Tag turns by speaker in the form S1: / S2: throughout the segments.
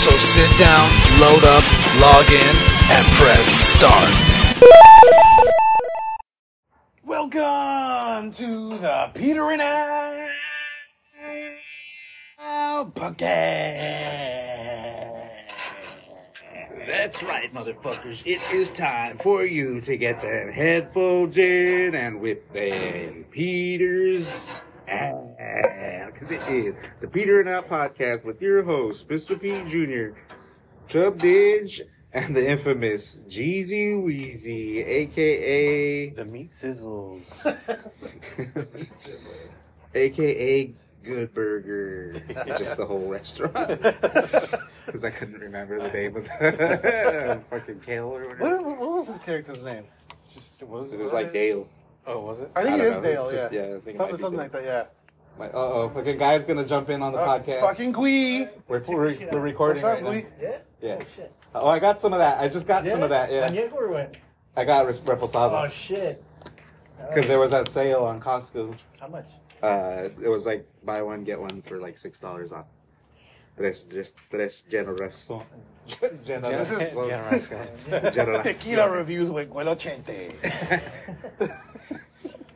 S1: So sit down, load up, log in, and press start.
S2: Welcome to the Peter and I podcast. That's right, motherfuckers. It is time for you to get them headphones in and whip them Peters. Because it is the Peter and I podcast with your host, Mr. P Jr., Chubb Didge, and the infamous Jeezy Weezy, aka
S3: The meat sizzles.
S2: AKA Good Burger. Just the whole restaurant. Because I couldn't remember the name of the fucking kale or whatever.
S3: what, what, what was his character's name? It's just it was
S2: It was like Dale.
S3: Oh, was it? I
S2: I
S3: think it
S2: don't
S3: is
S2: know. It's
S3: Dale.
S2: just-
S3: yeah.
S2: yeah, I think it might
S3: something
S2: be
S3: something
S2: Dale.
S3: like that. Yeah.
S2: Like, uh oh, fucking guy's gonna jump in on the
S3: Uh,
S2: podcast.
S3: Fucking Gui.
S2: we're, we're, we're recording
S3: What's
S2: right
S3: up,
S2: now.
S3: Gui?
S4: Yeah.
S2: Yeah.
S4: Shit.
S2: Oh, I got some of that. I just got some of that. Yeah.
S4: And Yegler went.
S2: I got res-
S4: Oh
S2: reposado
S4: shit.
S2: because there was that sale on Costco.
S4: How much?
S2: Uh, it was like buy one get one for like six dollars off. Tres, just tres generoso.
S3: This is
S2: Generoso.
S3: Tequila reviews with Guelo Chente.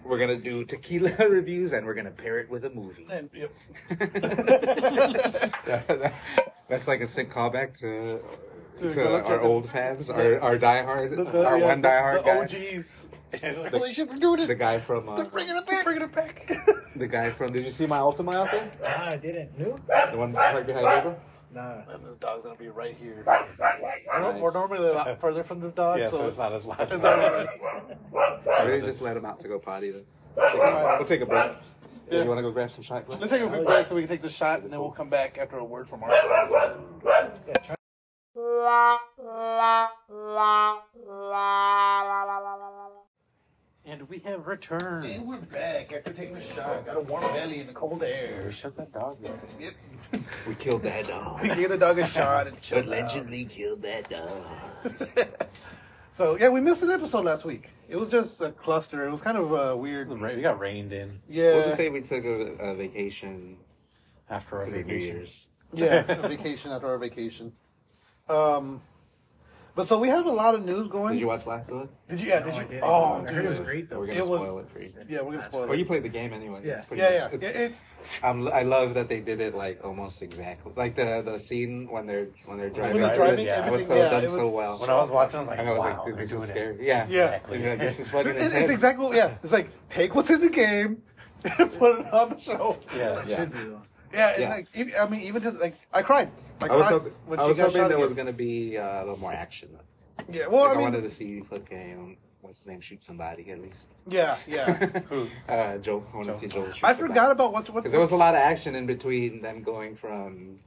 S2: We're gonna do tequila reviews and we're gonna pair it with a movie.
S3: And, yep.
S2: That's like a sick callback to to,
S3: To go look
S2: our
S3: at the-
S2: old fans, our our diehard,
S3: The- the-
S2: our
S3: yeah,
S2: one
S3: the-
S2: diehard guy,
S3: The OGs. It's like, holy shit, they're doing
S2: the
S3: it.
S2: guy from uh,
S3: They're bringing it back. Bringing it back.
S2: the guy from. Did you see my Ultima out there?
S4: Ah, I didn't. No.
S2: The one right behind Abel?
S4: Nah.
S3: and this dog's gonna be right here. We're normally a lot further from this dog,
S5: Yeah,
S3: so,
S5: so it's not as loud.
S3: it's not-
S2: I really just let him out to go potty. Then we'll take a break.
S3: Yeah.
S2: You want to go grab some shot glass?
S3: Let's take a quick break so we can take the shot, and then we'll come back after a word from our.
S5: And we have returned.
S3: And we're back after taking a shot. Got a warm belly in the cold air.
S5: Shut that dog up.
S3: Yep.
S2: We killed that dog.
S3: We gave the dog a shot and chilled
S5: Allegedly killed that dog.
S3: out. so yeah, we missed an episode last week. It was just a cluster. It was kind of uh, weird.
S5: We got rained in
S3: Yeah,
S2: We'll just say we took a, a vacation
S5: after our
S2: for the New
S5: vacation.
S2: Year's.
S3: yeah, a vacation after our vacation. Um, but so we have a lot of news going.
S2: Did you watch last of it?
S3: Did you? Yeah,
S4: No, I
S3: did you?
S4: didn't.
S3: Oh,
S4: I heard
S3: dude,
S4: it was great though.
S2: We're gonna
S3: It was-
S2: spoil it for you.
S3: Yeah, we're gonna spoil
S2: Well, Oh, you
S3: it.
S2: played the game anyway.
S4: Yeah.
S2: It's pretty
S3: Yeah, yeah,
S2: much-
S3: It-
S2: it's-
S3: it's
S2: I'm, I love that they did it like almost exactly, like the the scene when they're when they're
S3: when
S2: driving.
S3: they're
S5: Right,
S3: driving.
S5: yeah.
S3: everything,
S2: It was so
S3: yeah,
S2: done
S3: it
S2: so well.
S5: When I was watching, I was like,
S2: and I was
S5: wow,
S2: like, dude, this
S5: they're
S2: is
S5: doing it.
S2: scary. Yeah,
S3: Yeah.
S2: And you're like, this is fucking
S3: It- it-
S2: intense.
S3: it's exactly what, yeah. It's like take what's in the game and put it on the show.
S5: Yeah.
S2: Yeah.
S4: Should be though.
S3: Yeah, and
S2: Yeah.
S3: like e- I mean, even to like I cried. I
S2: I was,
S3: cried
S2: hoping,
S3: when
S2: I
S3: she
S2: was
S3: got
S2: hoping
S3: shot.
S2: there
S3: again.
S2: was gonna be uh, a little more action.
S3: yeah, well,
S2: Like, I,
S3: I mean,
S2: wanted to see fucking um, what's his name shoot somebody at least.
S3: yeah, yeah.
S2: uh, Joel, I want to see Joel. Shoot
S3: I forgot about what's what.
S2: because there was a lot of action in between them going from.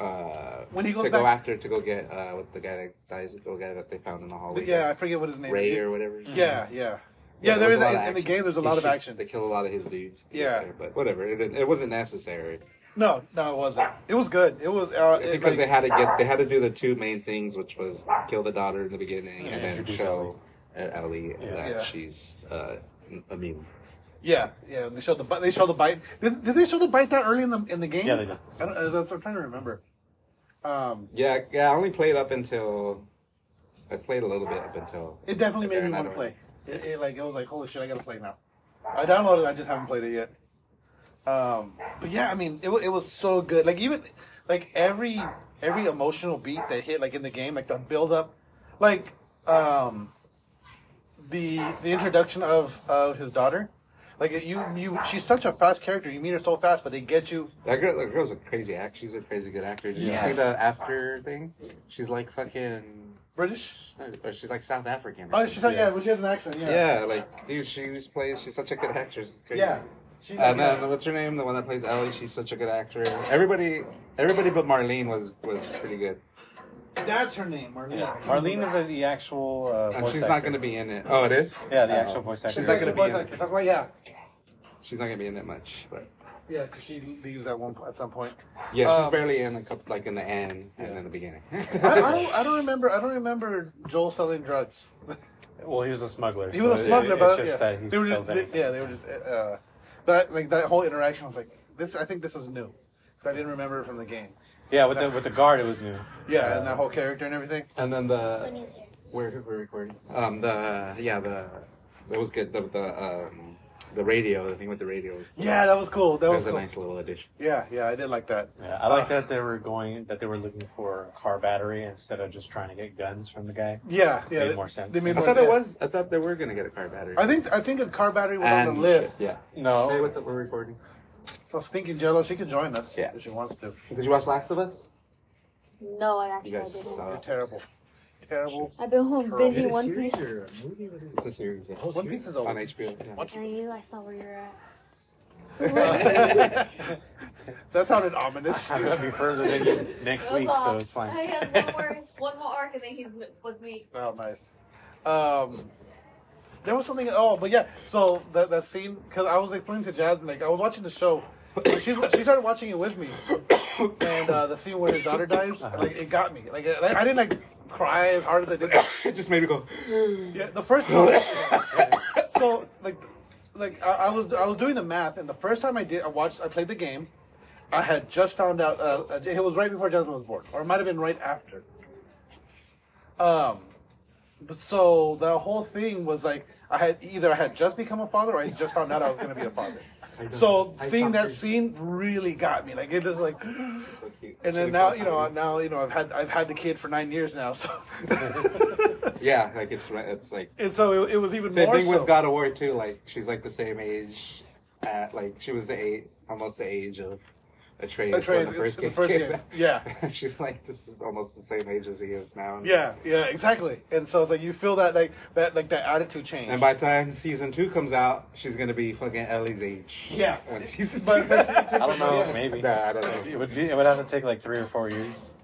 S2: Uh,
S3: When he goes
S2: to go
S3: back-
S2: after to go get uh, with the guy that dies, the guy that they found in the hallway.
S3: Yeah, I forget what his name.
S2: Ray
S3: is.
S2: or whatever. his name
S3: Yeah, yeah, yeah. there is
S2: was a lot
S3: in,
S2: of
S3: in the
S2: action.
S3: game. There's a
S2: They
S3: lot of
S2: shoot-
S3: action.
S2: They kill a lot of his dudes.
S3: Yeah.
S2: There, but whatever. It, didn't- it wasn't necessary
S3: No, no, it wasn't. It was good. It was uh, it,
S2: because they
S3: like,
S2: had to get they had to do the two main things, which was kill the daughter in the beginning
S5: Yeah,
S2: and then
S5: introduce
S2: show Ellie, that
S3: Yeah.
S2: she's uh, n- immune.
S3: yeah, yeah. They showed the bite. They showed the bite. Did, did they show the bite that early in the in the game?
S5: Yeah, they did.
S3: I don't, uh, that's, I'm trying to remember. Um,
S2: Yeah, yeah. I only played up until I played a little bit up until
S3: it definitely
S2: Okay,
S3: made me want
S2: another
S3: to
S2: one.
S3: play. It, it like it was like holy shit, I gotta play now. I downloaded, it, I just haven't played it yet. Um, but yeah, I mean, it wa- it was so good. Like even like every every emotional beat that hit like in the game, like the build up, like um, the the introduction of of his daughter. Like it- you, you, she's such a fast character. You meet her so fast, but they get you.
S2: That girl, that girl's a crazy act. She's a crazy good actor. Did
S3: Yes.
S2: you see the after thing? She's like fucking.
S3: British?
S2: or She's like South African. or
S3: Oh, she's like,
S2: something.
S3: yeah, well, she has an accent. Yeah,
S2: Yeah, like dude, she was plays. She's such a good actress. It's crazy.
S3: yeah. She,
S2: And then what's her name? The one that plays Ellie. She's such a good actor. Everybody, everybody but Marlene was was pretty good.
S3: That's her name, Marlene.
S6: Yeah. Marlene is the actual uh,
S2: Oh,
S6: voice
S2: she's
S6: actor.
S2: not going to be in it. Oh, it is.
S6: Yeah, the
S2: Oh.
S6: actual voice actor.
S2: She's not
S3: She's
S2: gonna
S3: a
S2: be
S3: voice
S2: in it.
S3: actor. That's why, yeah,
S2: She's not going to be in it much, but
S3: yeah, because she leaves at one po- at some point.
S2: yeah, she's
S3: Um,
S2: barely in a couple, like in the end and
S3: Yeah.
S2: in the beginning.
S3: I, I don't, I don't remember. I don't remember Joel selling drugs.
S6: Well, he was a smuggler.
S3: He was a
S6: so it-
S3: smuggler,
S6: it's
S3: but
S6: just
S3: yeah.
S6: that he
S3: they were just,
S6: sells
S3: they-
S6: anything.
S3: yeah, they were just uh, that like that whole interaction was like this. I think this is new because I didn't remember it from the game.
S6: Yeah, with the with the guard, it was new.
S3: Yeah,
S6: Uh,
S3: and that whole character and everything.
S2: and then the
S5: Sonia's here.
S2: where we're recording. Um, the yeah the that was good. The the um the radio, the thing with the radio was
S3: Yeah, that was cool. That
S2: that
S3: was
S2: was a
S3: cool.
S2: nice little addition.
S3: Yeah, yeah, I did like that.
S6: Yeah, I like
S3: Uh,
S6: that they were going that they were looking for a car battery instead of just trying to get guns from the guy.
S3: Yeah, yeah,
S6: Made
S3: they-
S6: more sense.
S3: They made
S2: I
S3: more
S2: thought it
S3: yeah.
S2: was. I thought they were going to get a car battery.
S3: I think I think a car battery was on
S2: And-
S3: the list.
S2: Yeah.
S6: No,
S2: Hey, what's up? We're recording.
S3: Well, Stinking Jello, she could join us
S2: Yeah.
S3: if she wants to.
S2: Did you watch Last of Us?
S5: No, I actually
S2: You guys
S5: didn't.
S2: saw
S3: You're
S2: it.
S3: terrible, terrible.
S5: I've been home
S2: Is
S5: busy
S2: it a
S5: One
S2: series
S5: Piece.
S2: or a movie? What is it? It's a series. Yeah.
S3: One Piece is old.
S2: on HBO. Yeah.
S3: What?
S5: And you, I saw where you're at.
S3: that sounded ominous.
S6: I'm gonna be further than you next week, so it's fine.
S5: I have one more, one more arc, and then he's with me.
S3: Oh, nice. Um, there was something. Oh, but yeah. So that that scene because I was explaining to Jasmine, like I was watching the show. and She she started watching it with me, and uh, the scene where his daughter dies,
S6: Uh-huh.
S3: like it got me. Like I, I didn't like cry as hard as I did.
S2: it just made me go.
S3: Yeah, the first time. so like, like I, I was I was doing the math, and the first time I did, I watched, I played the game. I had just found out uh, uh, it was right before Jasmine was born, or it might have been right after. Um, but so the whole thing was like I had either I had just become a father or I just found out I was going to be a father. So
S2: I
S3: seeing
S2: found
S3: that
S2: her-
S3: scene really got me. Like it was like,
S2: So cute.
S3: and then
S2: She looks
S3: now
S2: so
S3: you know
S2: tiny.
S3: now you know I've had I've had the kid for nine years now, so
S2: Yeah, like it's right. It's like
S3: and so it, it was even
S2: same
S3: more
S2: thing
S3: so.
S2: with God of War too. Like she's like the same age, at like she was the age, almost the age of Atreus, when
S3: Atreus
S2: the
S3: in-
S2: first
S3: in the
S2: game.
S3: first
S2: came
S3: game.
S2: out.
S3: Yeah.
S2: she's like this is almost the same age as he is now.
S3: Yeah, yeah, exactly. And so it's like you feel that like that like that attitude change.
S2: And by the time season two comes out, she's gonna be fucking Ellie's age.
S3: yeah,
S2: When season
S3: but,
S2: two.
S6: I
S3: but,
S6: don't know,
S3: Yeah.
S6: maybe.
S2: Nah, I don't know.
S6: It would be, it would have to take like three or four years.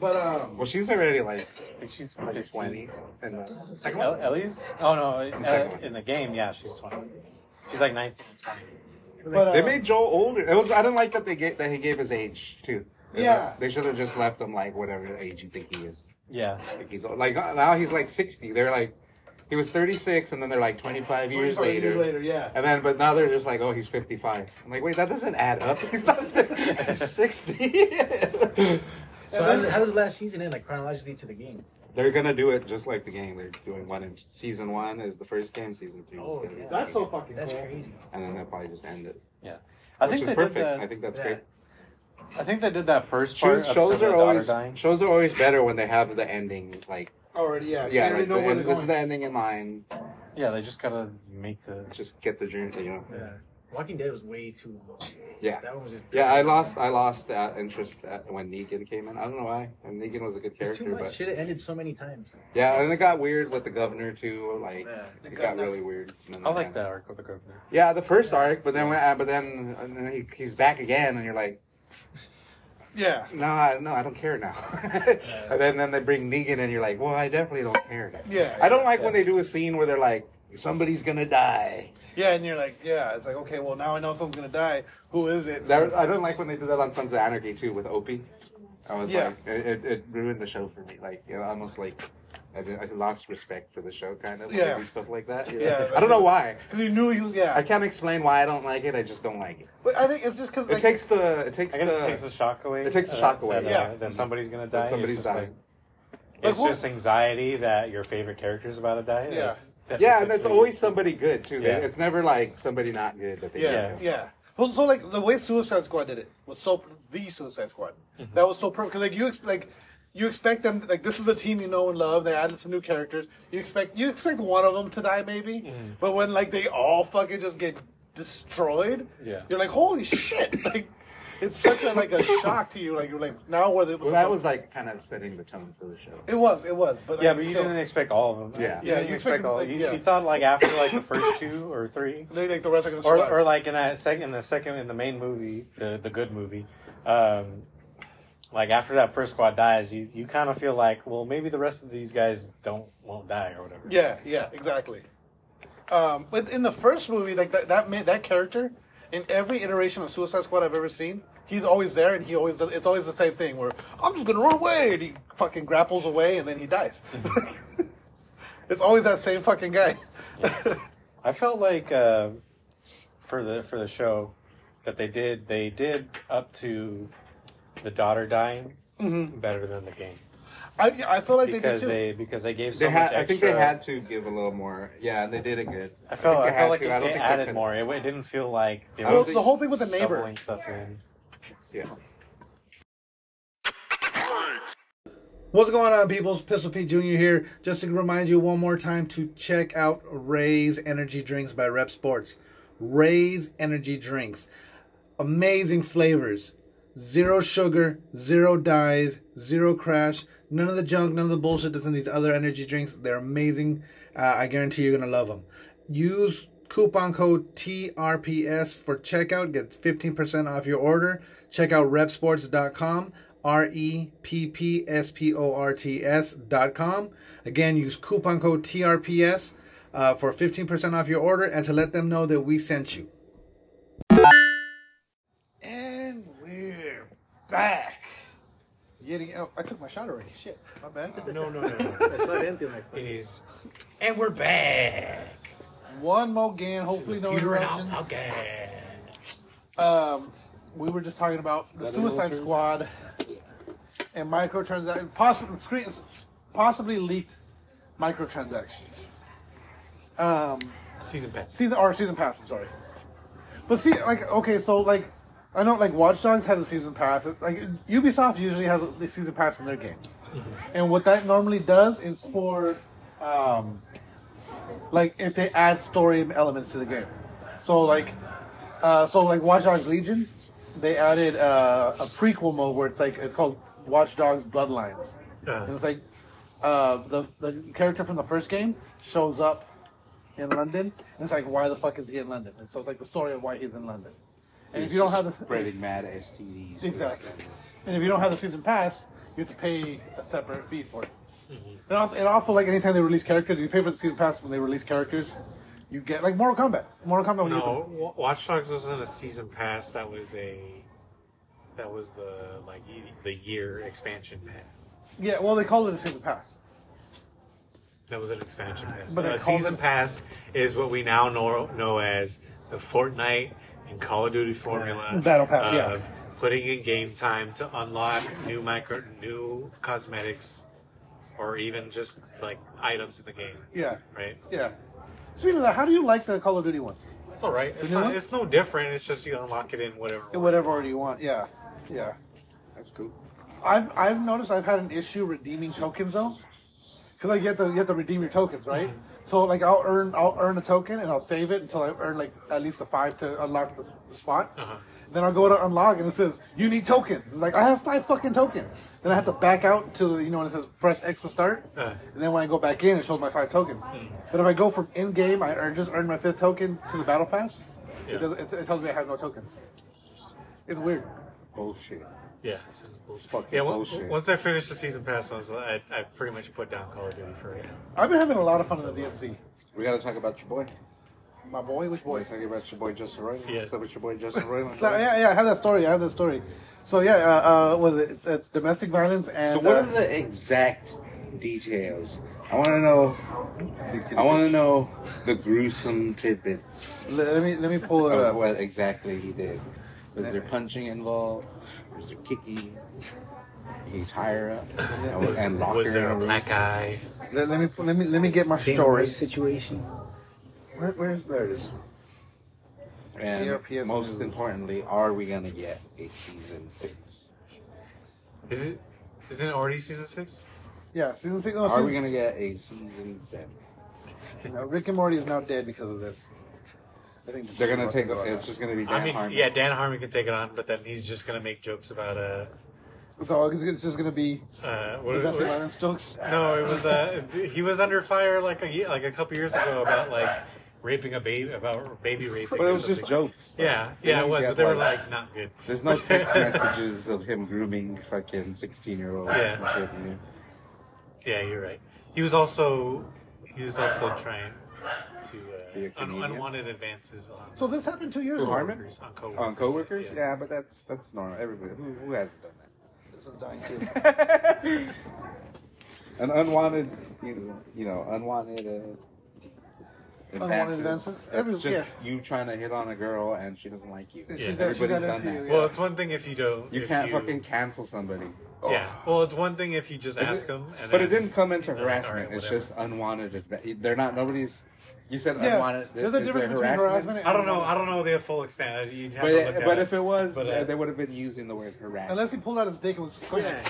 S3: but um,
S2: Well, she's already like
S6: I think she's
S2: like
S6: 15.
S2: twenty. And uh,
S6: Like, El- Ellie's? Oh no,
S2: the second
S6: uh,
S2: one.
S6: in the game, yeah, she's twenty. She's like nineteen.
S3: but uh,
S2: they made Joel older. It was I didn't like that they gave that he gave his age too.
S3: Yeah.
S2: they should have just left him like whatever age you think he is.
S6: Yeah,
S2: Like he's like uh, now he's like sixty. They're like he was thirty six, and then they're like twenty five years later.
S3: later, yeah.
S2: And then, but now they're just like, oh, he's 55. I'm like, wait, that doesn't add up. He's not he's 60.
S4: So how, how does last season end, like chronologically to the game?
S2: they're gonna do it just like the game. They're doing one in season one is the first game, season two. is
S4: Oh,
S2: gonna be
S4: yeah.
S2: the
S3: That's so
S2: second
S3: fucking
S4: That's
S3: cool.
S4: crazy.
S2: game. And then they'll probably just end it,
S6: I
S2: which
S6: think
S2: is
S6: they
S2: perfect.
S6: did that.
S2: I think that's
S4: that-
S2: great.
S6: I think they did that first part.
S2: Shows,
S6: up
S2: shows
S6: to the
S2: are
S6: daughter
S2: always
S6: dying.
S2: shows are always better when they have the ending like
S3: Already,
S2: yeah,
S3: yeah. you
S2: like
S3: already
S2: the
S3: know where
S2: end-
S3: they're
S2: this is
S3: going.
S2: the ending in mind.
S6: Yeah, they just gotta make the.
S2: Just get the journey, you know.
S4: Yeah. Walking Dead was way too long.
S2: Yeah.
S4: That one was just.
S2: Yeah, I lost I lost that interest at, when Negan came in. I don't know why. And Negan was a good
S4: It's too
S2: character,
S4: much.
S2: but
S4: Should have ended so many times.
S2: yeah, and it got weird with the governor too. Like
S4: Yeah.
S2: it got really weird. And then
S6: I
S2: it
S6: like
S2: kinda-
S6: that arc with the governor.
S2: Yeah, the first arc, but then when, uh, but then, and then he, he's back again, and you're like,
S3: Yeah,
S2: no, I, no, I don't care now. and then then they bring Negan, and you're like, well, I definitely don't care. now."
S3: yeah.
S2: I don't like when they do a scene where they're like, somebody's gonna die.
S3: Yeah, and you're like, yeah. It's like, okay, well now I know someone's gonna die. Who is it?
S2: That, I don't like when they did that on Sons of Anarchy too with Opie. I was
S3: Yeah.
S2: like, it, it, it ruined the show for me. Like, you know, almost like. I, did- I lost respect for the show, kind of. when they
S3: Yeah.
S2: do stuff like that. you know?
S3: Yeah.
S2: I don't know why.
S3: Because you knew he was. Yeah.
S2: I can't explain why I don't like it. I just don't like it.
S3: but I think it's just because
S2: It takes the. It takes
S6: I guess
S2: the.
S6: it takes the shock away.
S2: It takes the
S6: uh,
S2: shock away.
S6: That, uh,
S3: Yeah.
S6: that somebody's gonna
S2: That
S6: die.
S2: somebody's
S6: it's just,
S2: dying.
S6: Like,
S3: Like,
S6: it's
S3: what-
S6: just anxiety that your favorite character's about to die.
S3: Yeah.
S6: That
S2: Yeah, and it's
S6: potentially-
S2: always somebody good too. They-
S6: Yeah.
S2: It's never like somebody not good that they
S3: Yeah,
S6: Yeah.
S3: yeah.
S2: kill.
S3: Well, so like the way Suicide Squad did it was so the Suicide Squad.
S6: Mm-hmm.
S3: That was so perfect. 'Cause, like you ex- like you expect them like this is a team you know and love. They added some new characters. You expect you expect one of them to die maybe,
S6: Mm-hmm.
S3: but when like they all fucking just get destroyed,
S6: Yeah.
S3: you're like holy shit! Like it's such a like a shock to you. Like you're like now where the
S2: Well, that was like kind of setting the tone for the show.
S3: it was it was but like,
S6: Yeah, but you
S3: still,
S6: didn't expect all of them.
S2: Yeah.
S6: you
S3: Yeah,
S6: didn't
S3: you
S6: expect
S3: expected,
S6: all.
S3: like,
S6: you,
S3: yeah.
S6: you thought like after like the first two or three,
S3: they, like the rest are gonna
S6: or,
S3: survive.
S6: or like in that second in the second in the main movie, the the good movie, um, Like after that first squad dies, you, you kind of feel like, well, maybe the rest of these guys don't won't die or whatever.
S3: Yeah, yeah, exactly. Um, but in the first movie, like that that ma- that character in every iteration of Suicide Squad I've ever seen, he's always there and he always does, it's always the same thing where I'm just gonna run away and he fucking grapples away and then he dies. it's always that same fucking guy.
S6: I felt like uh, for the for the show that they did they did up to the daughter dying better than the game
S3: I Mm-hmm. I feel like
S6: because
S3: they did too.
S6: they, because they gave so
S7: They had,
S6: much extra.
S7: I think they had to give a little more. Yeah, and they did it good.
S6: I felt
S7: think
S6: I,
S7: they had
S6: felt like
S7: to.
S6: it,
S7: I don't
S6: it
S7: think they
S6: added
S7: could-
S6: more. It, it didn't feel like they
S7: I
S6: were
S3: well,
S7: don't
S3: the whole thing with the neighbor.
S6: doubling stuff in.
S7: Yeah.
S1: What's going on, peoples? Pistol Pete Jr. here. Just to remind you one more time to check out Ray's Energy Drinks by Rep Sports. Ray's Energy Drinks. Amazing flavors. Zero sugar, zero dyes, zero crash, none of the junk, none of the bullshit that's in these other energy drinks. They're amazing. Uh, I guarantee you're going to love them. Use coupon code TRPS for checkout. Get 15% off your order. Check out repsports.com, R E P P S P O R T S.com. Again, use coupon code TRPS uh, for 15% off your order and to let them know that we sent you.
S3: And we're back. Getting, oh, I took my shot already. Shit, my bad.
S6: Oh, No, no, no, no.
S4: I saw it empty. I'm like, fuck.
S6: it is, and we're back.
S3: One more game. Hopefully, no interruptions.
S6: Okay.
S3: Um, we were just talking about the Suicide Squad and microtransactions, possibly screen, possibly leaked microtransactions. Um,
S6: Season pass.
S3: season or season pass. I'm sorry, but see, like, okay, so like, I know like Watch Dogs had a season pass. It- Like Ubisoft usually has a season pass in their games, and what that normally does is for, um, like if they add story elements to the game. So like, uh, so like Watch Dogs Legion, they added uh, a prequel mode where it's like it's called Watch Dogs Bloodlines, and it's like uh, the the character from the first game shows up in London, and it's like why the fuck is he in London? And so it's like the story of why he's in London. And if you don't have the
S7: spreading mad STDs.
S3: Exactly. And if you don't have the season pass, you have to pay a separate fee for it. And, also, and also, like anytime they release characters, you pay for the season pass when they release characters. You get like Mortal Kombat. Mortal Kombat. When you get
S6: No, Wa- Watch Dogs wasn't a season pass. That was a that was the like ye- the year expansion pass.
S3: the, yeah, well, they call it a season pass.
S6: That was an expansion pass.
S3: But
S6: But
S3: they
S6: a
S3: called
S6: season
S3: it-
S6: pass is what we now know, know as the Fortnite and Call of Duty formula.
S3: Battle pass, yeah.
S6: of Putting in game time to unlock new micro, new cosmetics, or even just like items in the game.
S3: Yeah,
S6: Right.
S3: yeah. Speaking of that, how do you like the Call of Duty one?
S6: It's all right. It's,
S3: new
S6: not,
S3: one?
S6: it's no different. It's just you unlock it in whatever.
S3: In Whatever order you want. Yeah, yeah.
S7: That's cool.
S3: I've I've noticed I've had an issue redeeming tokens though, because like you have to you have to redeem your tokens, right? So like I'll earn I'll earn a token and I'll save it until I earn like at least a five to unlock the s- the spot.
S6: Uh-huh.
S3: Then I'll go to unlock and it says you need tokens. It's like I have five fucking tokens. Then I have to back out to you know and it says press X to start.
S6: Uh.
S3: And then when I go back in, it shows my five tokens. But if I go from in game, I earn, just earn my fifth token to the battle pass.
S6: Yeah.
S3: It, doesn't, it, it tells me I have no tokens. It's weird.
S7: Bullshit.
S6: Yeah. it's bullshit.
S7: Fucking
S6: Yeah, well,
S7: bullshit.
S6: once I finished the season pass ones, I, I pretty much put down Call of Duty for it.
S3: I've been having a lot of fun in the DMC.
S7: we gotta talk about your boy.
S3: My boy, which boy?
S7: We're talking about your boy Justin Roiland.
S6: Yeah.
S7: What's up with your boy Justin Roiland?
S3: So, yeah, yeah, I have that story. I have that story. So yeah, uh, uh, what is it? It's, it's domestic violence
S7: So
S3: and
S7: what
S3: uh,
S7: are the exact details? I want to know. I want to know the gruesome tidbits
S3: le- let me let me pull it
S7: of
S3: up.
S7: what exactly he did. Was there punching involved? Was there kicking? Did He tire up and,
S6: Was,
S7: and lock
S6: was
S7: her
S6: there
S7: in
S6: a
S7: room?
S6: black eye?
S3: Let, let me let me let me get my story.
S4: situation.
S3: Where, where's there it is?
S7: And
S3: CRPS
S7: most
S3: movie.
S7: importantly, are we gonna get a season six?
S6: Is it? Isn't it already season six?
S3: Yeah, season six. No,
S7: Are we
S3: season-
S7: gonna get a season seven?
S3: no, Rick and Morty is now dead because of this. I think
S7: They're gonna take.
S3: about
S7: It's
S3: that.
S7: just gonna be. Dan
S6: I mean,
S7: Harmon.
S6: yeah, Dan Harmon can take it on, but then he's just gonna make jokes about uh,
S3: So it's, it's just gonna be
S6: uh what,
S3: domestic
S6: what-
S3: violence jokes.
S6: no, it was uh, he was under fire like a ye- like a couple years ago about like raping a baby about baby raping.
S2: But
S6: or
S2: it was just
S6: something.
S2: jokes.
S6: Yeah,
S2: You
S6: yeah,
S2: know,
S6: it
S2: you
S6: was,
S2: get
S6: but they were
S2: like-
S6: like not good.
S2: There's no text messages of him grooming fucking 16 year olds and
S6: Yeah.
S2: shit. You know?
S6: Yeah, you're right. He was also he was also trying
S2: Be
S6: to
S2: a
S6: uh, un-
S2: comedian?
S6: unwanted advances on
S3: So this happened two years
S2: Who,
S3: ago.
S2: Harmon?
S6: coworkers, on coworkers.
S2: On coworkers?
S6: yeah.
S2: Yeah, but that's that's normal. Everybody who, who hasn't done
S3: This was dying too.
S2: that. An unwanted, you know, you know unwanted. Uh, Advances.
S3: Unwanted advances?
S2: That's
S3: Every-
S2: just you trying to hit on a girl and she doesn't like you.
S3: She got, she
S2: Everybody's
S3: got
S2: done
S3: into
S2: that.
S3: you.
S6: Well, it's one thing if you don't.
S2: You
S6: if
S2: can't fucking cancel somebody. Oh.
S6: Yeah. Well, it's one thing if you just
S2: It
S6: ask
S2: did-
S6: them. And
S2: but
S6: then-
S2: it didn't come into
S6: and then, all right,
S2: harassment. it's
S6: whatever.
S2: just unwanted. adva- They're not. Nobody's. You said
S3: Yeah,
S2: unwanted.
S3: there's a
S2: is there
S3: difference between harassment and-
S6: I don't know. I don't know the full extent. You'd have
S2: But,
S6: to look
S2: it,
S6: at
S2: but
S6: it.
S2: if it was,
S6: But, uh,
S2: uh, they would have been using the word harassment.
S3: Unless he pulled out his dick and was just going.
S6: Yeah.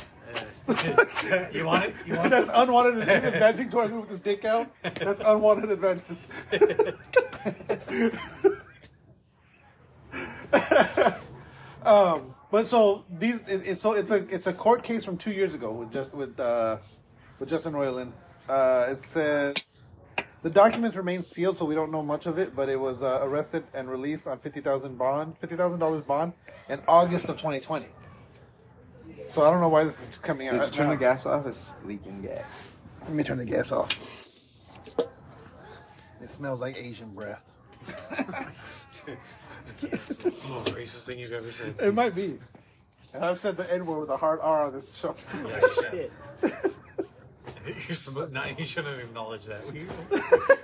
S6: Uh, you want it? You want
S3: That's
S6: it?
S3: unwanted advances advancing towards me with his dick out. That's unwanted advances. um, but so these, it, it's so it's a it's a court case from two years ago with just with uh, with Justin Roiland. Uh, it says the documents remain sealed, so we don't know much of it. But it was uh, arrested and released on fifty thousand bond, fifty thousand dollars bond, in August of twenty twenty. So I don't know why this is coming out.
S2: Did you turn
S3: now.
S2: the gas off? It's leaking gas.
S3: Let me turn the gas off. It smells like Asian breath.
S6: It's the most racist thing you've ever said.
S3: It might be. And I've said the N word with a hard R on this show.
S4: Shit.
S6: You're supposed, not, you shouldn't have acknowledged that. We,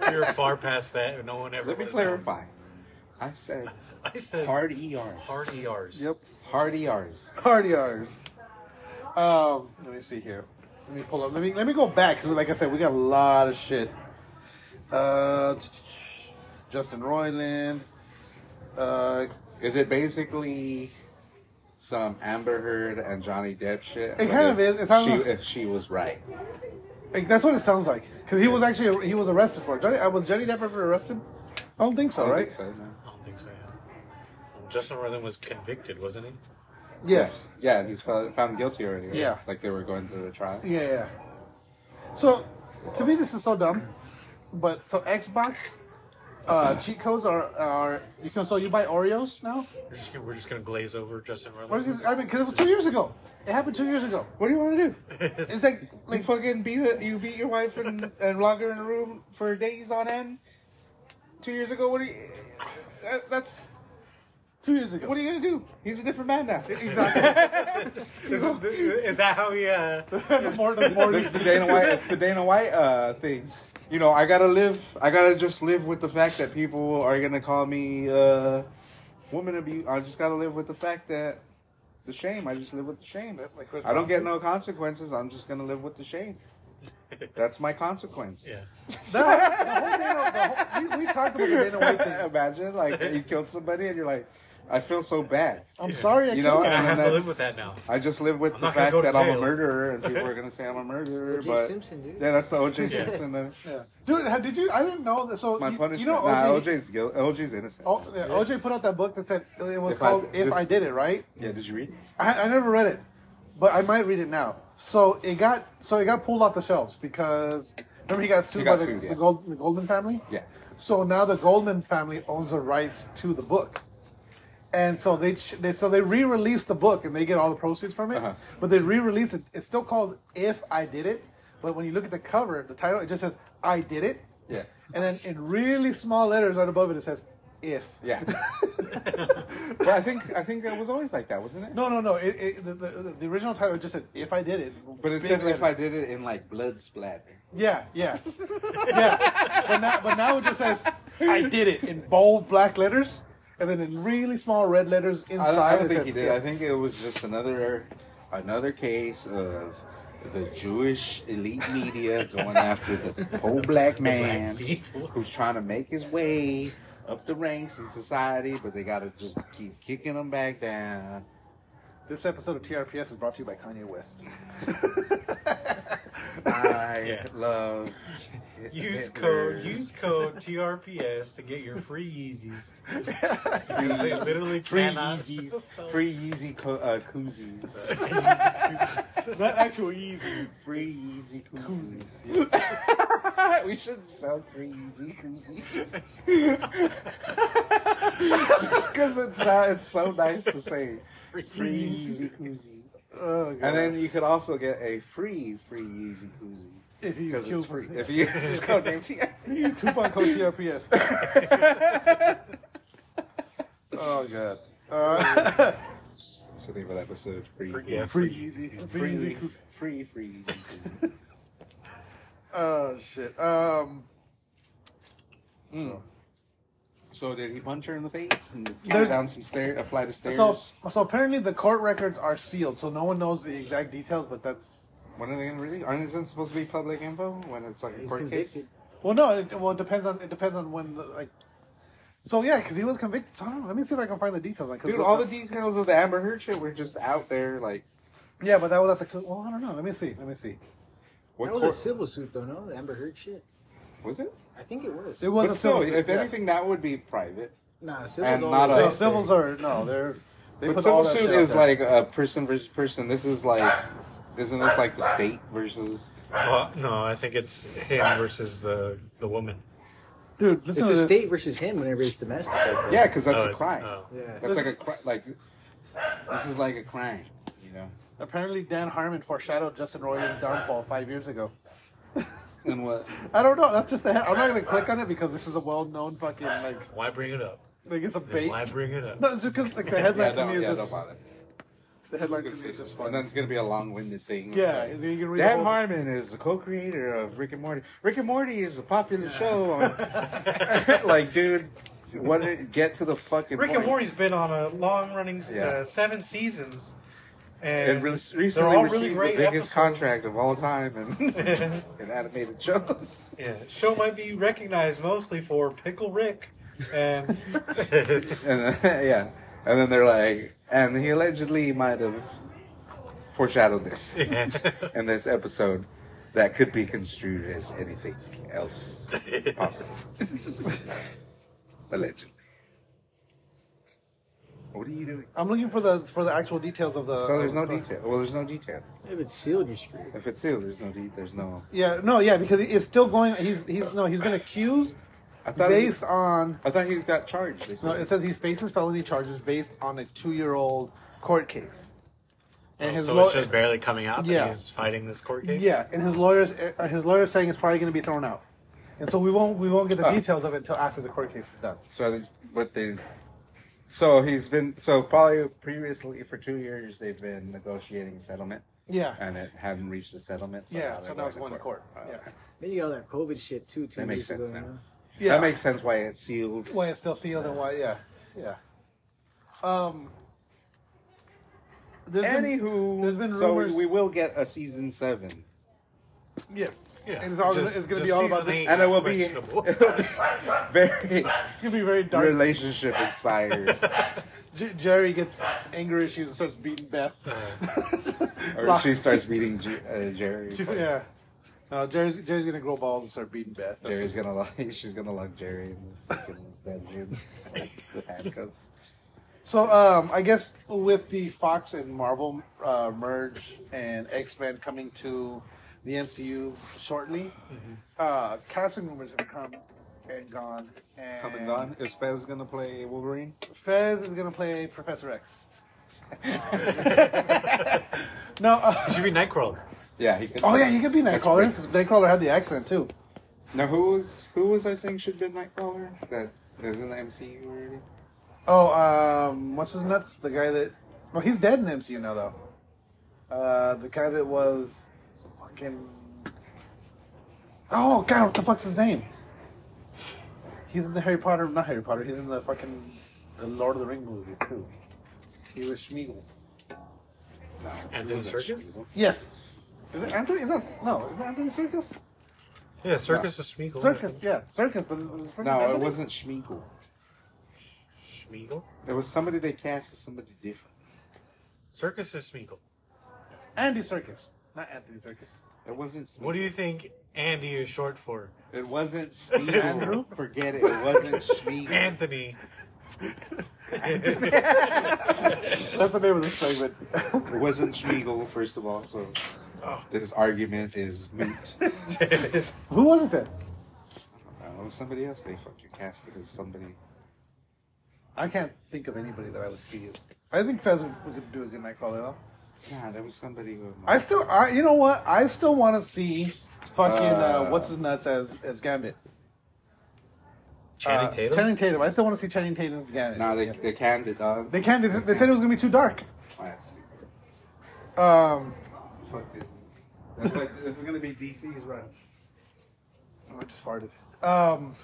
S6: we were far past that. No one ever.
S2: Let me
S6: would've
S2: clarify. I said
S6: known. I said hard,
S2: hard ERs.
S6: hard ERs.
S3: Yep.
S2: Hard E ERs.
S3: Hard R's. Um, let me see here. Let me pull up. Let me let me go back. 'cause like I said, we got a lot of shit. Uh, Justin Roiland. Uh,
S2: Is it basically some Amber Heard and Johnny Depp shit?
S3: It
S2: But
S3: kind
S2: if
S3: of is. It sounds
S2: she,
S3: like-
S2: if she was right.
S3: like, that's what it sounds like. Because he was actually he was arrested for it. Johnny. uh, Was Johnny Depp ever arrested? I don't think so.
S2: I don't
S3: right?
S2: think so, no.
S6: I don't think so. Yeah. Justin Roiland was convicted, wasn't he?
S3: Yes.
S2: Yeah, and he's found, found guilty already. right?
S3: Yeah.
S2: Like they were going through the trial.
S3: Yeah, yeah. So, to me, this is so dumb. But so Xbox uh, cheat codes are are you can so you buy Oreos now.
S6: We're just gonna, we're just gonna glaze over Justin
S3: What is
S6: Roiland.
S3: it, I mean, because it was two years ago. It happened two years ago.
S2: What do you want to do?
S3: It's like
S2: Like
S3: like
S2: fucking beat it. You beat your wife and and lock her in a room for days on end. Two years ago, what are you? That, that's
S3: two years ago.
S2: what are you gonna do? He's a different man now.
S6: is, is that how he? Uh,
S3: the more the more
S2: This is the Dana White. It's the Dana White uh, thing. You know, I gotta live. I gotta just live with the fact that people are gonna call me uh, woman abuse. I just gotta live with the fact that the shame. I just live with the shame.
S3: Like Chris
S2: I don't get no consequences. I'm just gonna live with the shame. That's my consequence.
S6: yeah.
S3: That- the whole Dana- the whole- we, we talked about the Dana White thing.
S2: Imagine like you killed somebody and you're like, I feel so bad.
S3: I'm sorry, I
S2: You
S3: you
S2: know,
S3: know,
S6: And I
S8: Oh,
S2: mean,
S6: have to live
S2: that's-
S6: with that now.
S2: I just live with
S6: I'm
S2: the
S6: not gonna
S2: fact
S6: go to
S2: that I'm a
S6: jail.
S2: murderer and people are gonna say I'm a murderer.
S4: O.J.
S2: but
S4: Simpson, dude.
S2: yeah, that's the OJ
S6: Yeah.
S2: Simpson. Uh,
S3: yeah. dude. how- Did you? I didn't know that. So
S2: it's my
S3: you,
S2: punishment.
S3: you know,
S2: nah,
S3: OJ.
S2: OJ's guilt. OJ's innocent.
S3: O- yeah, OJ put out that book that said it was
S2: If I-
S3: called "If
S2: this-
S3: I Did It," right?
S2: Yeah, did you read?
S3: I, I never read it, but I might read it now. So it got so it got pulled off the shelves because remember he got sued
S2: He got
S3: by the,
S2: sued, yeah.
S3: the, Gold, the Goldman family.
S2: Yeah.
S3: So now the Goldman family owns the rights to the book, and so they, ch- they so they re-released the book and they get all the proceeds from it.
S2: Uh-huh.
S3: But they re-release it. It's still called "If I Did It," but when you look at the cover, the title it just says "I Did It,"
S2: Yeah.
S3: and then in really small letters right above it it says "If."
S2: Yeah. but I think I think that was always like that, wasn't it?
S3: No, no, no. It, it, the, the, the original title just said "If I Did It,"
S2: But it
S3: big
S2: said if
S3: letters.
S2: I did it in like blood splatter.
S3: Yeah, yeah, yeah. But now, but now it just says "I did it" in bold black letters, and then in really small red letters
S2: I
S3: inside.
S2: don't, I don't
S3: it
S2: think
S3: says,
S2: he did.
S3: yeah.
S2: I think it was just another another case of the Jewish elite media going after the whole black man who's trying to make his way up the ranks in society, but they gotta just keep kicking him back down.
S3: This episode of TRPS is brought to you by Kanye West.
S2: I
S6: Yeah.
S2: love
S6: Use
S2: Hitler.
S6: code use code TRPS to get your free Yeezys. Because they literally
S2: free
S6: cannot
S2: Yeezys, free Yeezy co- uh, koozies,
S3: Not actual easy.
S2: free Yeezy koozies. yes. we should sound crazy, crazy. Just because it's, uh, it's so nice to say. Free Yeezy Koozie.
S3: Oh, God.
S2: And then you could also get a free free Yeezy Koozie.
S3: if you
S2: Because
S3: kill
S2: it's free. If you use this code name TRPS.
S3: you coupon code TRPS.
S2: Oh god.
S3: Uh,
S2: That's the name of that episode. Free
S3: yeah,
S2: Yeezy.
S3: free Yeezy. Free
S2: Free,
S3: Yeezy. Koozie.
S2: free, free Yeezy Koozie.
S3: Oh shit. Um,
S2: Mm. So did he punch her in the face and kick her
S3: There's-
S2: down some stair, a flight of stairs?
S3: so so apparently the court records are sealed, so no one knows the exact details. But that's
S2: when are they gonna release? Aren't it supposed to be public info when it's like a
S4: He's
S2: court case?
S4: convicted.
S3: well, no. It, well, it depends on it depends on when the, like. So yeah, because he was convicted. So I don't know. Let me see if I can find the details. Like, 'cause
S2: Dude, all the details of the Amber Heard shit were just out there. Like
S3: yeah, but that was at the. Well, I don't know. Let me see. Let me see.
S2: what
S4: that was
S2: court-
S4: a civil suit, though, no? The Amber Heard shit.
S2: was it?
S4: I think it was.
S3: It was
S2: But
S3: a civil.
S2: still, if
S3: yeah.
S2: anything, that would be private.
S4: Nah,
S2: And
S4: civil's all
S2: not a-
S3: no,
S2: Right.
S3: civils are no. They're they
S2: but
S3: put
S2: civil
S3: all that
S2: suit
S3: shit out
S2: is
S3: there.
S2: like a person versus person. This is like, isn't this like the state versus?
S6: Well, no, I think it's him versus the the woman.
S3: dude.
S4: It's
S3: Listen to
S4: the
S3: this.
S4: state versus him whenever it's domestic. I think.
S2: Yeah, because that's a
S6: Oh, it's-
S2: crime.
S6: oh.
S4: Yeah.
S2: That's like a cri- like. This is like a crime, you know.
S3: Apparently, Dan Harmon foreshadowed Justin Roiland's downfall five years ago.
S2: And what?
S3: I don't know. That's just the. I'm not gonna click on it because this is a well-known fucking like
S9: Why bring it up?
S3: like it's a
S9: Then
S3: bait.
S9: why bring it up?
S3: No, it's just because like the headline to
S2: don't-
S3: me is
S2: yeah,
S3: just
S2: don't bother.
S3: the headline to
S2: It's
S3: me
S2: gonna
S3: is
S2: say
S3: just
S2: some- And then it's gonna be a long-winded thing. It's
S3: Yeah,
S2: like,
S3: and then you can read the
S2: Dan
S3: whole-
S2: Harmon is the co-creator of Rick and Morty. Rick and Morty is a popular show. On... like, dude, what? Did, get to the fucking.
S8: Rick
S2: point.
S8: and Morty's been on a long running
S2: Yeah.
S8: uh, seven seasons, and
S2: And re- recently
S8: all
S2: received
S8: really
S2: the
S8: great
S2: biggest
S8: episodes.
S2: contract of all time in, in animated shows.
S8: yeah, show might be recognized mostly for Pickle Rick and
S2: And then, yeah, and then they're like, and he allegedly might have foreshadowed this in this episode that could be construed as anything else possible. allegedly. What are you doing?
S3: I'm looking for the for the actual details of the.
S2: So there's no
S3: of the-
S2: detail. Well, there's no detail.
S4: If it's sealed, you're screwed.
S2: If it's sealed, there's no de- There's no.
S3: Yeah, no, yeah, because it's still going. He's he's no, he's been accused
S2: I thought. he-
S3: based on.
S2: I thought he got charged. They said.
S3: No, it says he faces felony charges based on a two-year-old court case. And
S9: Oh, so
S3: law-
S9: it's just barely coming out that
S3: Yeah.
S9: he's fighting this court case?
S3: Yeah, and his lawyers, uh, his lawyers saying it's probably going to be thrown out, and so we won't we won't get the
S2: Oh.
S3: details of it until after the court case is done.
S2: So, they- but they. So he's been so probably previously for two years they've been negotiating a settlement
S3: Yeah,
S2: and it hadn't reached a settlement.
S3: yeah.
S2: they
S3: So
S2: went
S3: now it's
S2: to
S3: one court.
S2: Oh,
S3: Yeah,
S2: okay.
S4: Then you got all that COVID shit, too, two
S2: That makes
S4: years ago,
S2: sense
S4: you
S2: now.
S4: know?
S3: yeah.
S2: That makes sense why it's sealed.
S3: why it's still sealed and why yeah, yeah. Um. there's been-
S2: Anywho,
S3: there's been
S2: so we,
S3: rumors-
S2: we will get a season seven,
S3: yes,
S9: Yeah,
S3: and it's all
S9: just-
S3: it's going to be
S9: just
S3: all about
S9: season
S3: this.
S9: eight
S2: and it
S9: is
S2: will be,
S9: questionable.
S2: it'll be very
S3: It's going to be very dark.
S2: relationship inspired.
S3: J- Jerry gets anger issues and starts beating Beth.
S9: Uh.
S2: or she starts beating J- uh, Jerry.
S3: She's, yeah. No, Jerry's, Jerry's going to grow bald and start beating Beth. That's
S2: Jerry's gonna lock. She's gonna lock Jerry in the fucking bedroom with handcuffs.
S3: So um, I guess with the Fox and Marvel uh, merge and X Men coming to the MCU shortly,
S9: Mm-hmm.
S3: uh, casting rumors have come and gone. And
S2: Come and gone. Is Fez gonna play Wolverine?
S3: Fez is gonna play Professor X. no. Uh,
S9: It should be Nightcrawler.
S2: Yeah, he could.
S3: oh yeah, he could be
S2: That's
S3: Nightcrawler.
S2: racist.
S3: Nightcrawler had the accent too.
S2: Now who was who was I saying should be Nightcrawler that is in the MCU already?
S3: Oh, um, what's his nuts? The guy that. Well, he's dead in the MCU now though. Uh, the guy that was fucking. Oh God, what the fuck's his name? He's in the Harry Potter, not Harry Potter. He's in the fucking the Lord of the Ring movies too. He was Schmeagle.
S9: Anthony Circus?
S3: Yes. Is it Anthony? Is that no? Is it Anthony Circus?
S9: Yeah, Circus is Schmiegel.
S3: Circus, yeah, circus. But it was freaking
S2: No, it
S3: Anthony.
S2: wasn't Schmeagle.
S9: Schmiegel?
S2: It was somebody they cast as somebody different.
S9: Circus is Schmiegel.
S3: Andy Circus, not Anthony Circus.
S2: It wasn't. Smeagol.
S9: What do you think Andy is short for?
S2: It wasn't Smeagol. Forget it. It wasn't Schmeagle.
S9: Anthony.
S3: That's the name of this segment.
S2: it wasn't Schmeagle. First of all, so
S3: Oh.
S2: This argument is moot. I
S3: Who was it then?
S2: don't know, Oh, somebody else they fucking casted as somebody.
S3: I can't think of anybody that I would see as. I think Fez would, would do a good Nightcrawler though.
S2: Nah, there was somebody who.
S3: I still, I you know what? I still want to see fucking uh,
S2: Uh,
S3: what's his nuts as as Gambit.
S9: Channing
S3: Uh,
S9: Tatum?
S3: Channing Tatum. I still want to see Channing Tatum as Gambit.
S2: Nah, they,
S3: Yeah.
S2: they canned it, dog.
S3: they can't. They, they said it was gonna be too dark.
S2: I see.
S3: Um,
S2: Fuck this. That's like, this is gonna be DC's run.
S3: Oh, I just farted. Um,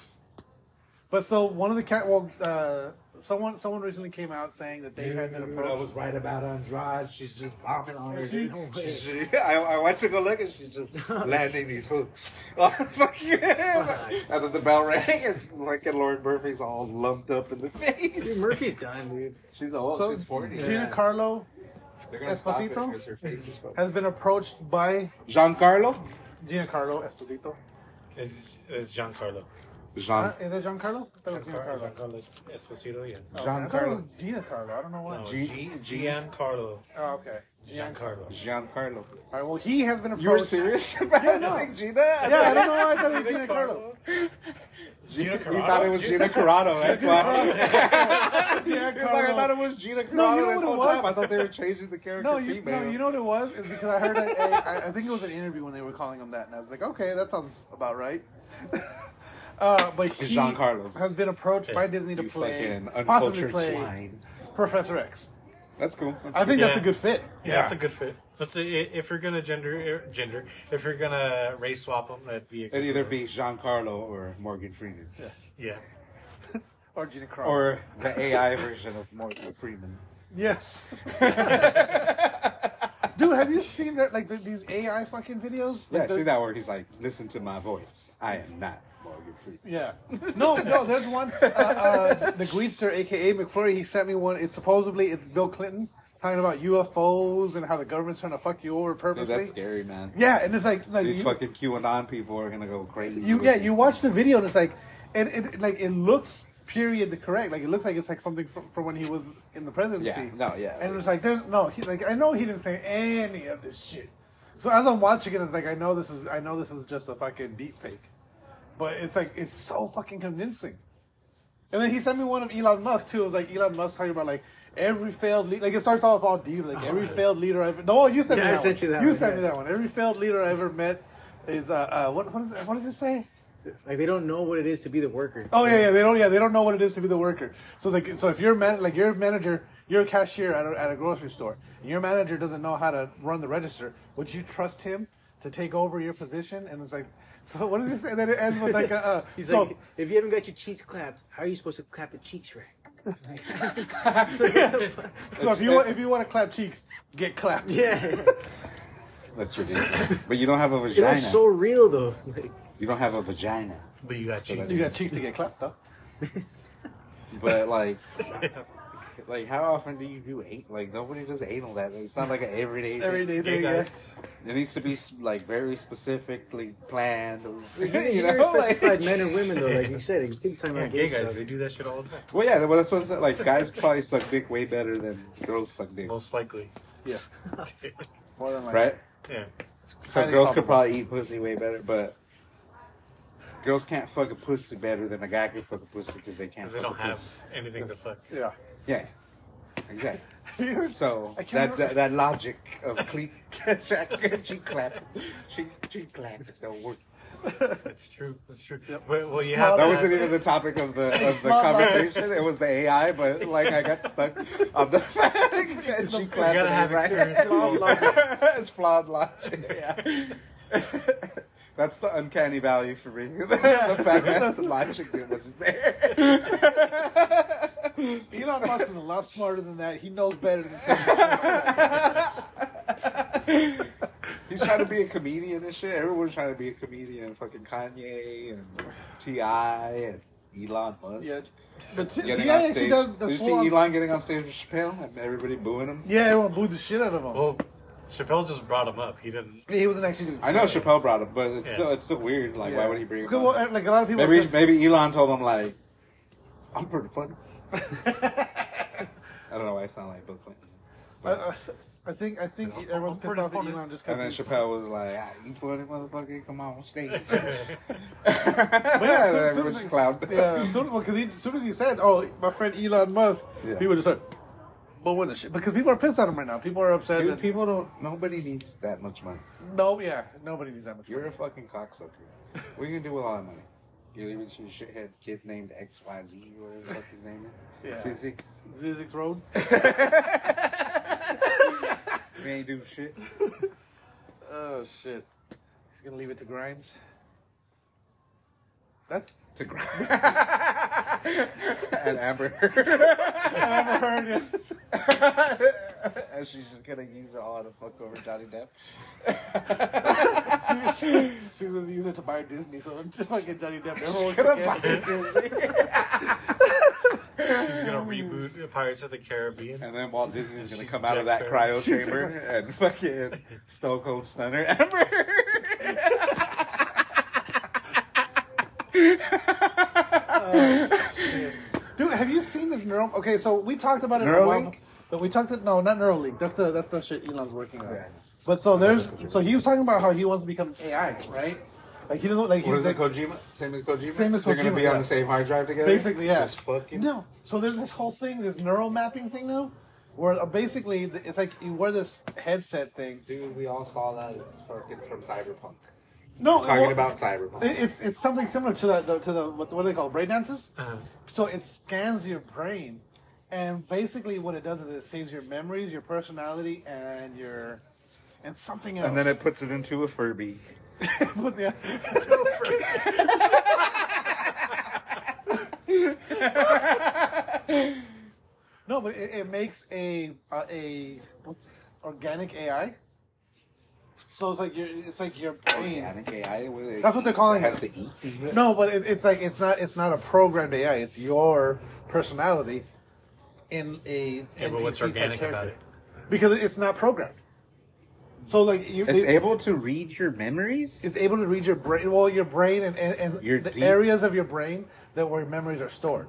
S3: but so one of the cat. Well, uh, someone someone recently came out saying that they had been
S7: I
S3: approached.
S7: was right about Andrade. She's just bombing on her.
S3: She-
S7: She- she- I, I went to go look and she's just landing these hooks. Oh, fuck yeah.
S2: And then the bell rang, and fucking Lauren Murphy's all lumped up in the
S4: Dude,
S2: face.
S4: Murphy's done, dude.
S2: She's old.
S3: So,
S2: she's forty.
S3: Gina Carlo
S2: They're gonna stop it
S3: Esposito?
S2: 'cause her face is fucked.
S3: has been approached by
S2: Giancarlo.
S3: Giancarlo Esposito.
S9: Is is Giancarlo?
S2: Jean.
S3: Huh? Is that Giancarlo? I thought it was Giancarlo.
S9: Giancarlo Esposito, yeah.
S3: Oh, I thought it was
S2: Giancarlo.
S3: Gina Carlo. I don't know why.
S9: No,
S2: G-
S9: G-
S2: G-
S9: Giancarlo.
S3: Oh, okay. Giancarlo.
S9: Giancarlo.
S2: Giancarlo. Oh,
S3: All right. Well, he has been approached.
S2: You were serious about
S3: Yeah, no.
S2: saying Gina? I
S3: Yeah, I
S2: thought-
S3: don't know why I thought it was Gina Carlo.
S2: Gina
S9: Gina
S2: He thought it was Gina Carano. That's why.
S3: Yeah,
S2: He was like, I thought
S3: Carlo.
S2: it was Gina Carano
S3: No, you know
S2: this
S3: what it
S2: whole
S3: was?
S2: time. I thought they were changing the character
S3: No, you,
S2: female.
S3: no, you know what it was? Is because I heard a, a, I, I think it was an interview when they were calling him that, and I was like, okay, that sounds about right. uh, but he
S2: Giancarlo.
S3: has been approached by Disney to
S2: You
S3: play,
S2: fucking
S3: possibly
S2: uncultured
S3: play
S2: swine.
S3: Professor X.
S2: That's cool. That's
S3: I think that's a
S9: Yeah.
S3: good fit.
S9: Yeah, that's a good fit. That's a, if you're gonna gender gender, if you're gonna race swap them, that'd be a good
S2: It'd either
S9: fit.
S2: be Giancarlo or Morgan Freeman.
S9: yeah.
S3: Or Gina Carano.
S2: Or the AI version of Morgan Freeman.
S3: yes. Dude, have you seen that? Like the, these AI fucking videos.
S2: Yeah,
S3: Like the-
S2: see that where he's like, listen to my voice. I am not Morgan Freeman.
S3: Yeah. No, no, there's one. Uh, uh, the Greedster, aka McFlurry, he sent me one. It's supposedly it's Bill Clinton talking about UFOs and how the government's trying to fuck you over
S2: Dude,
S3: purposely.
S2: that's scary, man.
S3: Yeah, and it's like, like
S2: These
S3: you,
S2: fucking QAnon people are gonna go crazy.
S3: you
S2: with
S3: yeah,
S2: these
S3: you watch the video and it's like, and it like it looks period correct. Like it looks like it's like something from, from when he was in the presidency.
S2: Yeah, no, yeah.
S3: And it's like there's no, he like I know he didn't say any of this shit. So as I'm watching it, it's like I know this is I know this is just a fucking deep fake, but it's like it's so fucking convincing. And then he sent me one of Elon Musk too. It was like Elon Musk talking about like every failed lead. like it starts off all deep like every failed leader I've no oh, you sent
S4: Yeah,
S3: me
S4: I
S3: that
S4: sent
S3: one.
S4: you that
S3: you
S4: one,
S3: sent
S4: yeah.
S3: me that one every failed leader I ever met is uh, uh what what is it, what does it say
S4: Like they don't know what it is to be the worker.
S3: Oh yeah, yeah. They don't. Yeah, they don't know what it is to be the worker. So it's like, so if you're man, like you're a manager, you're a cashier at a, at a grocery store, and your manager doesn't know how to run the register, would you trust him to take over your position? And it's like, so what does it say? Then it ends with like a. Uh,
S4: He's
S3: so,
S4: like, if you haven't got your cheeks clapped, how are you supposed to clap the cheeks right? So what the fuck?
S3: so if you want, if you want to clap cheeks, get clapped.
S4: yeah,
S2: That's ridiculous. but you don't have a
S4: it
S2: vagina.
S4: looks so real though.
S2: You
S4: Like,
S2: don't have a vagina.
S9: But you got
S2: So
S9: cheeks.
S3: You got cheeks to get clapped though.
S2: But like, like how often do you do anal? Like nobody does anal that. It's not like an everyday. thing.
S3: Every day,
S9: Yeah,
S3: thing, yeah.
S9: guys.
S2: It needs to be s- like very specifically planned.
S4: you,
S2: you
S4: never
S2: know, like,
S4: specified men and women though, like you said. You keep talking
S9: Yeah,
S4: about
S9: gay
S4: gay
S9: guys,
S4: stuff.
S9: they do that shit all the time.
S2: well, yeah. Well, that's what I'm saying. Like guys probably suck dick way better than girls suck dick,
S9: Most likely.
S3: Yes. More than like
S2: right?
S9: yeah.
S2: So
S3: highly
S2: girls could
S3: probable.
S2: probably eat pussy way better, but girls can't fuck a pussy better than a guy can fuck a pussy because they can't.
S9: Because they
S2: fuck
S9: don't
S2: a
S9: have
S2: pussy.
S9: anything to fuck.
S3: Yeah.
S2: Yeah, exactly.
S3: You're-
S2: So
S3: I can't
S2: that,
S3: remember-
S2: that that logic of cle- cheek clap, cheek cheek clap don't work.
S9: That's true. That's true.
S3: Yep.
S9: Well, well, you
S3: Small
S9: have
S2: That
S9: to
S2: wasn't
S9: have-
S2: even the topic of the of the
S3: Small logic.
S2: conversation. It was the AI, but like I got stuck on the fact that she
S9: You gotta
S2: clapped.
S9: have experience. with
S3: Small
S9: both.
S3: logic.
S2: it's flawed logic. That's the uncanny value for me. the fact that the logic dude was there.
S3: Elon Musk is a lot smarter than that. He knows better than. saying-
S2: He's trying to be a comedian and shit. Everyone's trying to be a comedian. Fucking Kanye and T.I. and Elon Musk.
S3: Yeah. But T-
S2: Getting
S3: T.I.
S2: on
S3: actually
S2: stage.
S3: does the
S2: Did you see
S3: full-on-
S2: Elon getting on stage with Chappelle and everybody booing him?
S3: Yeah, everyone booed the shit out of him.
S9: Well, Chappelle just brought him up. He didn't.
S3: Oh. he wasn't actually doing.
S2: I know Chappelle brought him, but it's
S9: Yeah.
S2: still it's still weird. Like, why would he bring him?
S3: Because,
S2: up?
S3: well, like a lot of people.
S2: maybe maybe Elon told him like, "I'm pretty funny." I don't know why I sound like Bill Clinton.
S3: Uh, uh, I think I think everyone's pissed off at Elon just
S2: And then
S3: because.
S2: Chappelle was like, ah, "You funny motherfucker, come on stage." but
S3: yeah,
S2: yeah,
S3: soon- soon
S2: everyone's
S3: as-
S2: clowned.
S3: Yeah, soon, well, cause he, soon as he said, "Oh, my friend Elon Musk,"
S2: Yeah.
S3: people just started booing the shit because people are pissed at him right now. People are upset.
S2: Dude,
S3: that,
S2: people don't. Nobody needs that much money.
S3: no, yeah, nobody needs that much.
S2: You're a fucking cocksucker. What are you gonna do with all that money? You're leaving some shithead kid named X Y Z or whatever the fuck his name
S3: Yeah.
S2: is. Six
S3: Zizix Road.
S2: He ain't do shit.
S3: Oh shit. He's gonna leave it to Grimes. That's
S2: To grind. and Amber. and she's just gonna use it all to fuck over Johnny Depp.
S3: she, she, she's gonna use it to buy Disney, so I'm just fucking Johnny Depp. Everyone's
S2: Gonna buy
S3: against it.
S2: Disney.
S9: She's gonna
S8: Mm.
S9: reboot Pirates of the Caribbean.
S2: And then Walt Disney's gonna
S9: She's
S2: come out of
S9: Jack
S2: that cryo
S3: Sparrow.
S2: chamber and fucking Stone Cold Stunner Amber.
S3: Dude, have you seen this neural? Okay, so we talked about it. a while-
S2: Neuralink?
S3: But we talked it. No, not Neuralink. That's the that's the shit Elon's working on. But so there's so he was talking about how he wants to become AI, right? Like he doesn't like
S2: What
S3: he's
S2: is it,
S3: like,
S2: Kojima? Same as Kojima?
S3: Same as
S2: They're gonna
S3: Kojima,
S2: be on
S3: yeah.
S2: the same hard drive together?
S3: Basically, yeah.
S2: Just fucking.
S3: No. So there's this whole thing, this neural mapping thing now, where uh, basically th- it's like you wear this headset thing.
S2: Dude, we all saw that. It's fucking from Cyberpunk.
S3: No,
S2: Talking
S3: well,
S2: about Cyberpunk.
S3: it- it's it's something similar to that the, to the what, what do they call it, brain dances? So it scans your brain, and basically what it does is it saves your memories, your personality, and your and something else.
S2: and then it puts it into a Furby.
S3: But yeah. no, but it, it makes a uh, a what's organic AI. So it's like your it's like your brain. That's what they're calling
S2: has
S3: it.
S2: to eat.
S3: No, but it, it's like it's not it's not a programmed AI. It's your personality in a.
S9: Yeah, but what's
S3: NPC type
S9: organic about
S3: character.
S9: it?
S3: Because it's not programmed. So like you,
S2: It's
S3: they-
S2: able to read your memories.
S3: it's able to read your brain, well, your brain and, and, and
S2: Your
S3: the
S2: deep-
S3: areas of your brain that where memories are stored.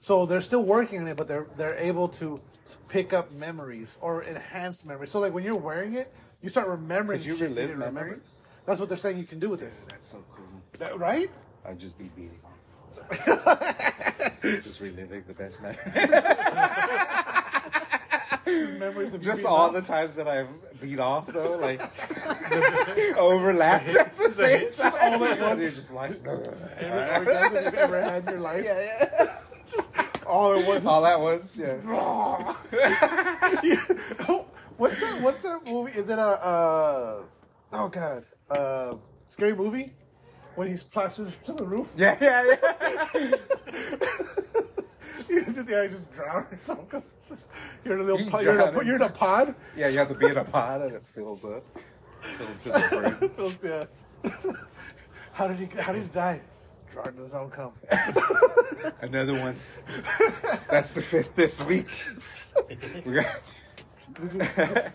S3: So they're still working on it, but they're they're able to pick up memories or enhance memories. So like when you're wearing it, you start remembering.
S2: Could you
S3: shit
S2: relive
S3: didn't remember.
S2: memories?
S3: That's what they're saying you can do with this,
S2: That's so cool.
S3: That- right?
S2: I'd just be beating. just reliving the best night.
S3: Memories of
S2: just
S3: being
S2: all
S3: up.
S2: the times that I've beat off though, like overlapped at the same time. All at once. You're just like
S3: orgasm you've ever had in your life.
S2: all at once. All at once. Yeah.
S3: what's that? What's that movie? Is it a? Uh, oh God, uh, scary movie when he's plastered to the roof.
S2: Yeah. Yeah. Yeah.
S3: you just, yeah, you just drown or something. 'cause it's just, you're in a little
S2: You
S3: pod, you're, in a,
S2: drown
S3: po-
S2: in-
S3: you're in a pod.
S2: Yeah. You have to be in a pod and it fills up. Fills to the brim.
S3: yeah. how did he? How did he die? Drowned in his own cum.
S2: Another one. That's the fifth this week. We got,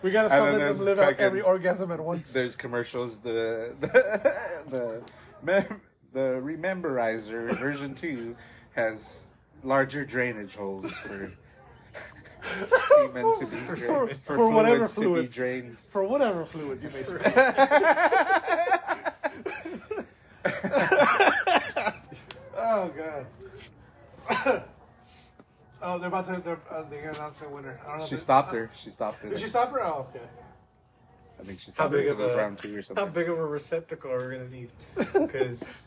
S2: And then
S3: We gotta stop letting them
S2: there's
S3: live out
S2: fucking-
S3: every orgasm at once.
S2: there's commercials. The the the mem- the Rememberizer version two has larger drainage holes for semen to be drained,
S3: for- for whatever
S2: fluids
S3: fluids.
S2: to be drained.
S3: For whatever fluids you may spend. oh god. oh, they're about to. They're, uh, they're gonna announce the winner. I don't know if
S2: She
S3: it-
S2: stopped her. She stopped her.
S3: Did she stop her? Oh, okay.
S2: I think she stopped her
S8: big
S2: because it
S8: of
S2: was
S8: a-
S2: round two or
S8: How
S2: something.
S8: big of a receptacle are we gonna need? Because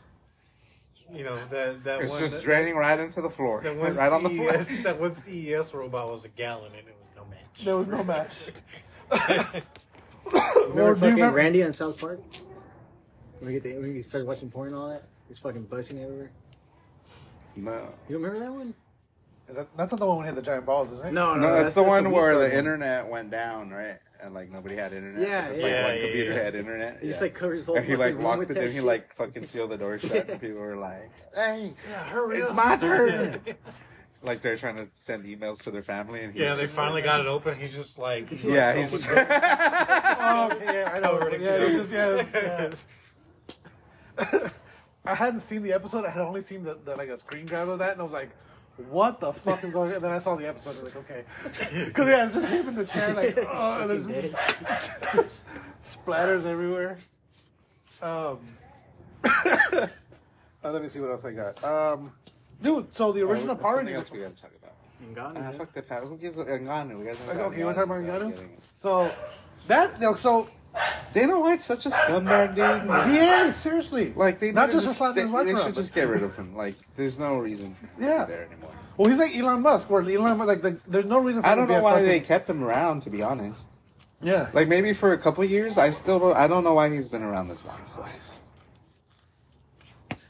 S8: you know that that
S2: It's
S8: one.
S2: just
S8: that,
S2: draining right into the floor,
S8: that one
S2: right on the floor.
S8: CES That one CES robot was a gallon, and it was no match.
S3: There was no match.
S4: Remember
S3: Or do you
S4: fucking
S3: remember-
S4: Randy on South Park? When we, get the, when we started watching porn and all that, he's fucking busting everywhere.
S2: No.
S4: You don't remember that one?
S3: Is that- That's not the one when he had the giant balls, is it?
S4: Oh, No,
S2: No, that's, the one
S4: a
S2: where
S4: weaker
S2: the internet went down, right? And like nobody had internet.
S4: Yeah,
S2: because,
S4: yeah,
S2: like, one
S8: yeah,
S2: computer
S8: yeah.
S2: had internet.
S4: He just
S2: yeah.
S4: like covers his whole
S2: and he
S4: fucking
S2: like
S4: room
S2: walked
S4: with
S2: it,
S4: that
S2: then he
S4: shit.
S2: like fucking sealed the door shut, and people were like, "Hey,
S8: Yeah, hurry
S2: it's
S8: up.
S2: my turn!" like they're trying to send emails to their family, and he
S8: Yeah,
S2: was
S8: they
S2: just
S8: finally got it open. He's just like,
S2: Like, yeah, he's just,
S3: Oh, okay, yeah, I know. Yeah, it was just, yeah, it was- yeah. I hadn't seen the episode. I had only seen the, the like a screen grab of that, and I was like, what the fuck is going on? And then I saw the episode. I was like, okay. Because, yeah, it's just him in the chair, like, oh, and there's just splatters everywhere. Um, uh, let me see what else I got. Um, dude, so the original
S2: that's
S3: Power
S2: Oh, something
S3: Rangers.
S2: else we gotta talk about.
S8: Ngannou,
S2: Ah,
S8: yeah.
S2: fuck the power. Who gives a Ngannou? We guys
S3: Okay, you want to talk about Ngannou? So, that, no, so,
S2: Dana White's such a scumbag, dude.
S3: yeah, seriously.
S2: Like they
S3: Not
S2: they
S3: just for slapping
S2: they,
S3: his wife
S2: they
S3: around,
S2: should
S3: but-
S2: just get rid of him. Like there's no reason.
S3: Yeah.
S2: there anymore.
S3: Well, he's like Elon Musk, where Elon Musk, like, the, there's no reason for
S2: I
S3: him
S2: don't
S3: to be
S2: know
S3: a
S2: why
S3: fucking-
S2: they kept him around. To be honest,
S3: Yeah.
S2: like maybe for a couple years, I still don't, I don't know why he's been around this long. So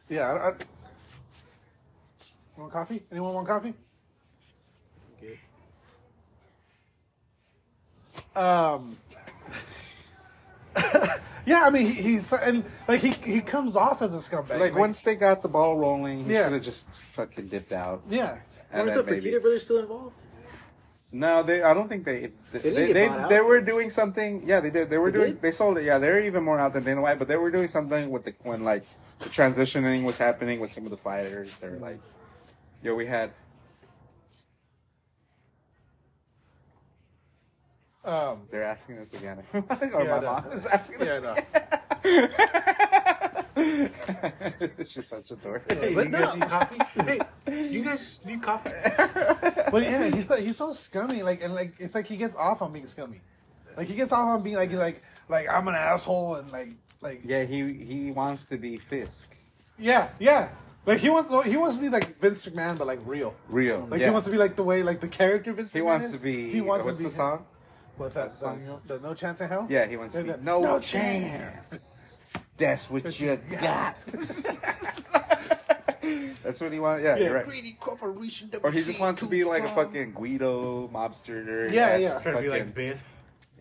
S3: Yeah. I, I, want coffee? Anyone want coffee? Um. yeah, I mean he, he's and like he he comes off as a scumbag.
S2: like once they got the ball rolling, he
S3: Yeah.
S2: should have just fucking dipped out.
S3: Yeah.
S2: And then
S4: Weren't the
S2: maybe-
S4: Fertitta brothers still involved?
S2: No, they. I don't think they. They
S4: didn't
S2: they,
S4: get
S2: they,
S4: bought out.
S2: they were doing something. Yeah, they did. They were
S4: They
S2: doing.
S4: did?
S2: They sold it. Yeah, they're even more out than Dana White. But they were doing something with the when like the transitioning was happening with some of the fighters. They were
S4: Mm-hmm.
S2: like, "Yo, we had."
S3: Um.
S2: They're asking us again. or
S3: Yeah, I
S2: my
S3: know.
S2: mom is asking
S3: Yeah, I
S2: us.
S3: know.
S2: it's just such a dork.
S3: But
S8: you guys
S3: no.
S8: need coffee? Hey, you guys need coffee?
S3: But yeah, he's so, he's so scummy. Like and like it's like he gets off on being scummy. Like he gets off on being like like like I'm an asshole and like like
S2: Yeah, he he wants to be Fisk.
S3: yeah yeah. Like he wants he wants to be like Vince McMahon but like real.
S2: Real.
S3: Like
S2: yeah.
S3: he wants to be like the way like the character Vince
S2: He
S3: McMahon
S2: wants
S3: is.
S2: to be.
S3: He wants
S2: what's
S3: to be
S2: the song?
S3: What's that
S2: What's the
S3: song?
S2: song?
S3: The No Chance in Hell.
S2: Yeah, he wants to be.
S3: Like that.
S2: No,
S3: No
S2: chance. That's what you got. That's what he wants. Yeah, you're right.
S3: Greedy corporation. that
S2: Or
S3: we
S2: he just
S3: see
S2: wants to
S3: too
S2: be like a
S3: strong.
S2: fucking Guido mobster.
S3: Yeah,
S2: ass
S3: yeah. Trying
S8: Trying to be like
S2: fucking-
S8: Biff.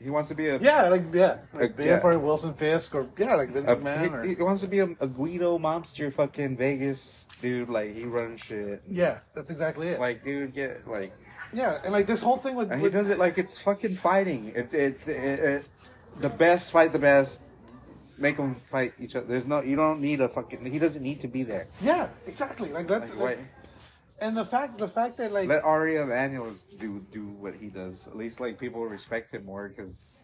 S2: he wants to be a.
S3: Yeah, like yeah, like
S2: Uh,
S3: Biff
S2: yeah.
S3: or Wilson Fisk or yeah, like Vince
S2: a-
S3: McMahon or
S2: he, he wants to be a, a Guido mobster fucking Vegas dude. Like he runs shit.
S3: yeah, that's exactly it.
S2: Like dude, get like.
S3: yeah, and like this whole thing with,
S2: And he
S3: with-
S2: does it like it's fucking fighting. It, it, it, it, the best fight the best. Make them fight each other. There's no. You don't need a fucking. He doesn't need to be there.
S3: yeah, exactly like that.
S2: Like,
S3: like-
S2: why-
S3: and the fact the fact that like
S2: Let Ari Emanuel's do do what he does. At least like people respect him more because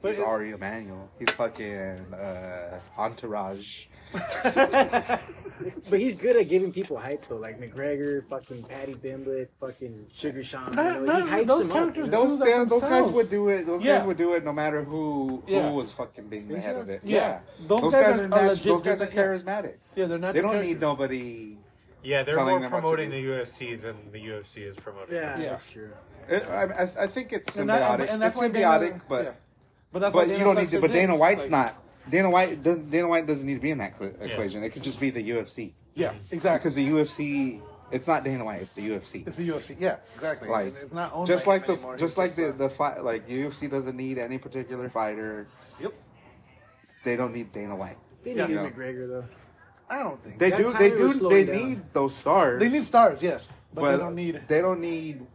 S3: But
S2: he's
S3: it-
S2: Ari Emanuel. He's fucking uh, entourage.
S4: But he's good at giving people hype though, like McGregor, fucking Patty Bimblett, fucking Sugar Sean. you
S3: Not-
S4: know,
S3: not-
S4: he hypes
S3: those
S4: them
S3: characters
S4: up.
S3: don't-
S2: Those
S3: Those are
S2: they, those guys
S3: themselves.
S2: would do it. Those
S3: Yeah.
S2: guys would do it no matter who who
S3: Yeah.
S2: was fucking being the head of it.
S3: Yeah.
S2: Yeah,
S3: Those guys are- are
S2: natu-
S3: legit
S2: those guys are
S3: good at- yeah.
S2: charismatic.
S3: yeah, they're not
S2: They
S3: your
S2: don't need
S3: characters.
S2: nobody.
S8: Yeah, they're
S2: Telling
S8: more
S2: them what to
S8: promoting the
S2: do.
S8: UFC than the UFC is promoting.
S4: Yeah,
S3: Yeah.
S4: that's true.
S2: I, Uh, I, I think it's symbiotic.
S3: And that- and that's
S2: it's
S3: why Dana-
S2: symbiotic,
S3: yeah.
S2: but
S3: but that's why
S2: but
S3: Dana
S2: you don't need
S3: sucks
S2: to.
S3: her
S2: But Dana
S3: dicks,
S2: White's
S3: like-
S2: not. Dana White. doesn't- Dana White doesn't need to be in that equ- equation. It could just be the UFC.
S3: Yeah, exactly.
S2: because the UFC, it's not Dana White, it's the UFC.
S3: It's a UFC. Yeah, exactly.
S2: like
S3: it's not owned
S2: just
S3: by
S2: like
S3: him
S2: the
S3: anymore.
S2: just
S3: He's
S2: like the
S3: not-
S2: the fight like UFC doesn't need any particular fighter.
S3: Yep.
S2: They don't need Dana White.
S4: They
S3: Yeah.
S4: need
S2: Yeah.
S4: McGregor though.
S3: I don't think
S2: They
S4: That
S2: do.
S4: time
S2: They
S4: it was
S2: do.
S4: slowing
S2: They
S4: down.
S2: need those stars.
S3: they need stars. Yes, but,
S2: but,
S3: they don't need.
S2: They don't need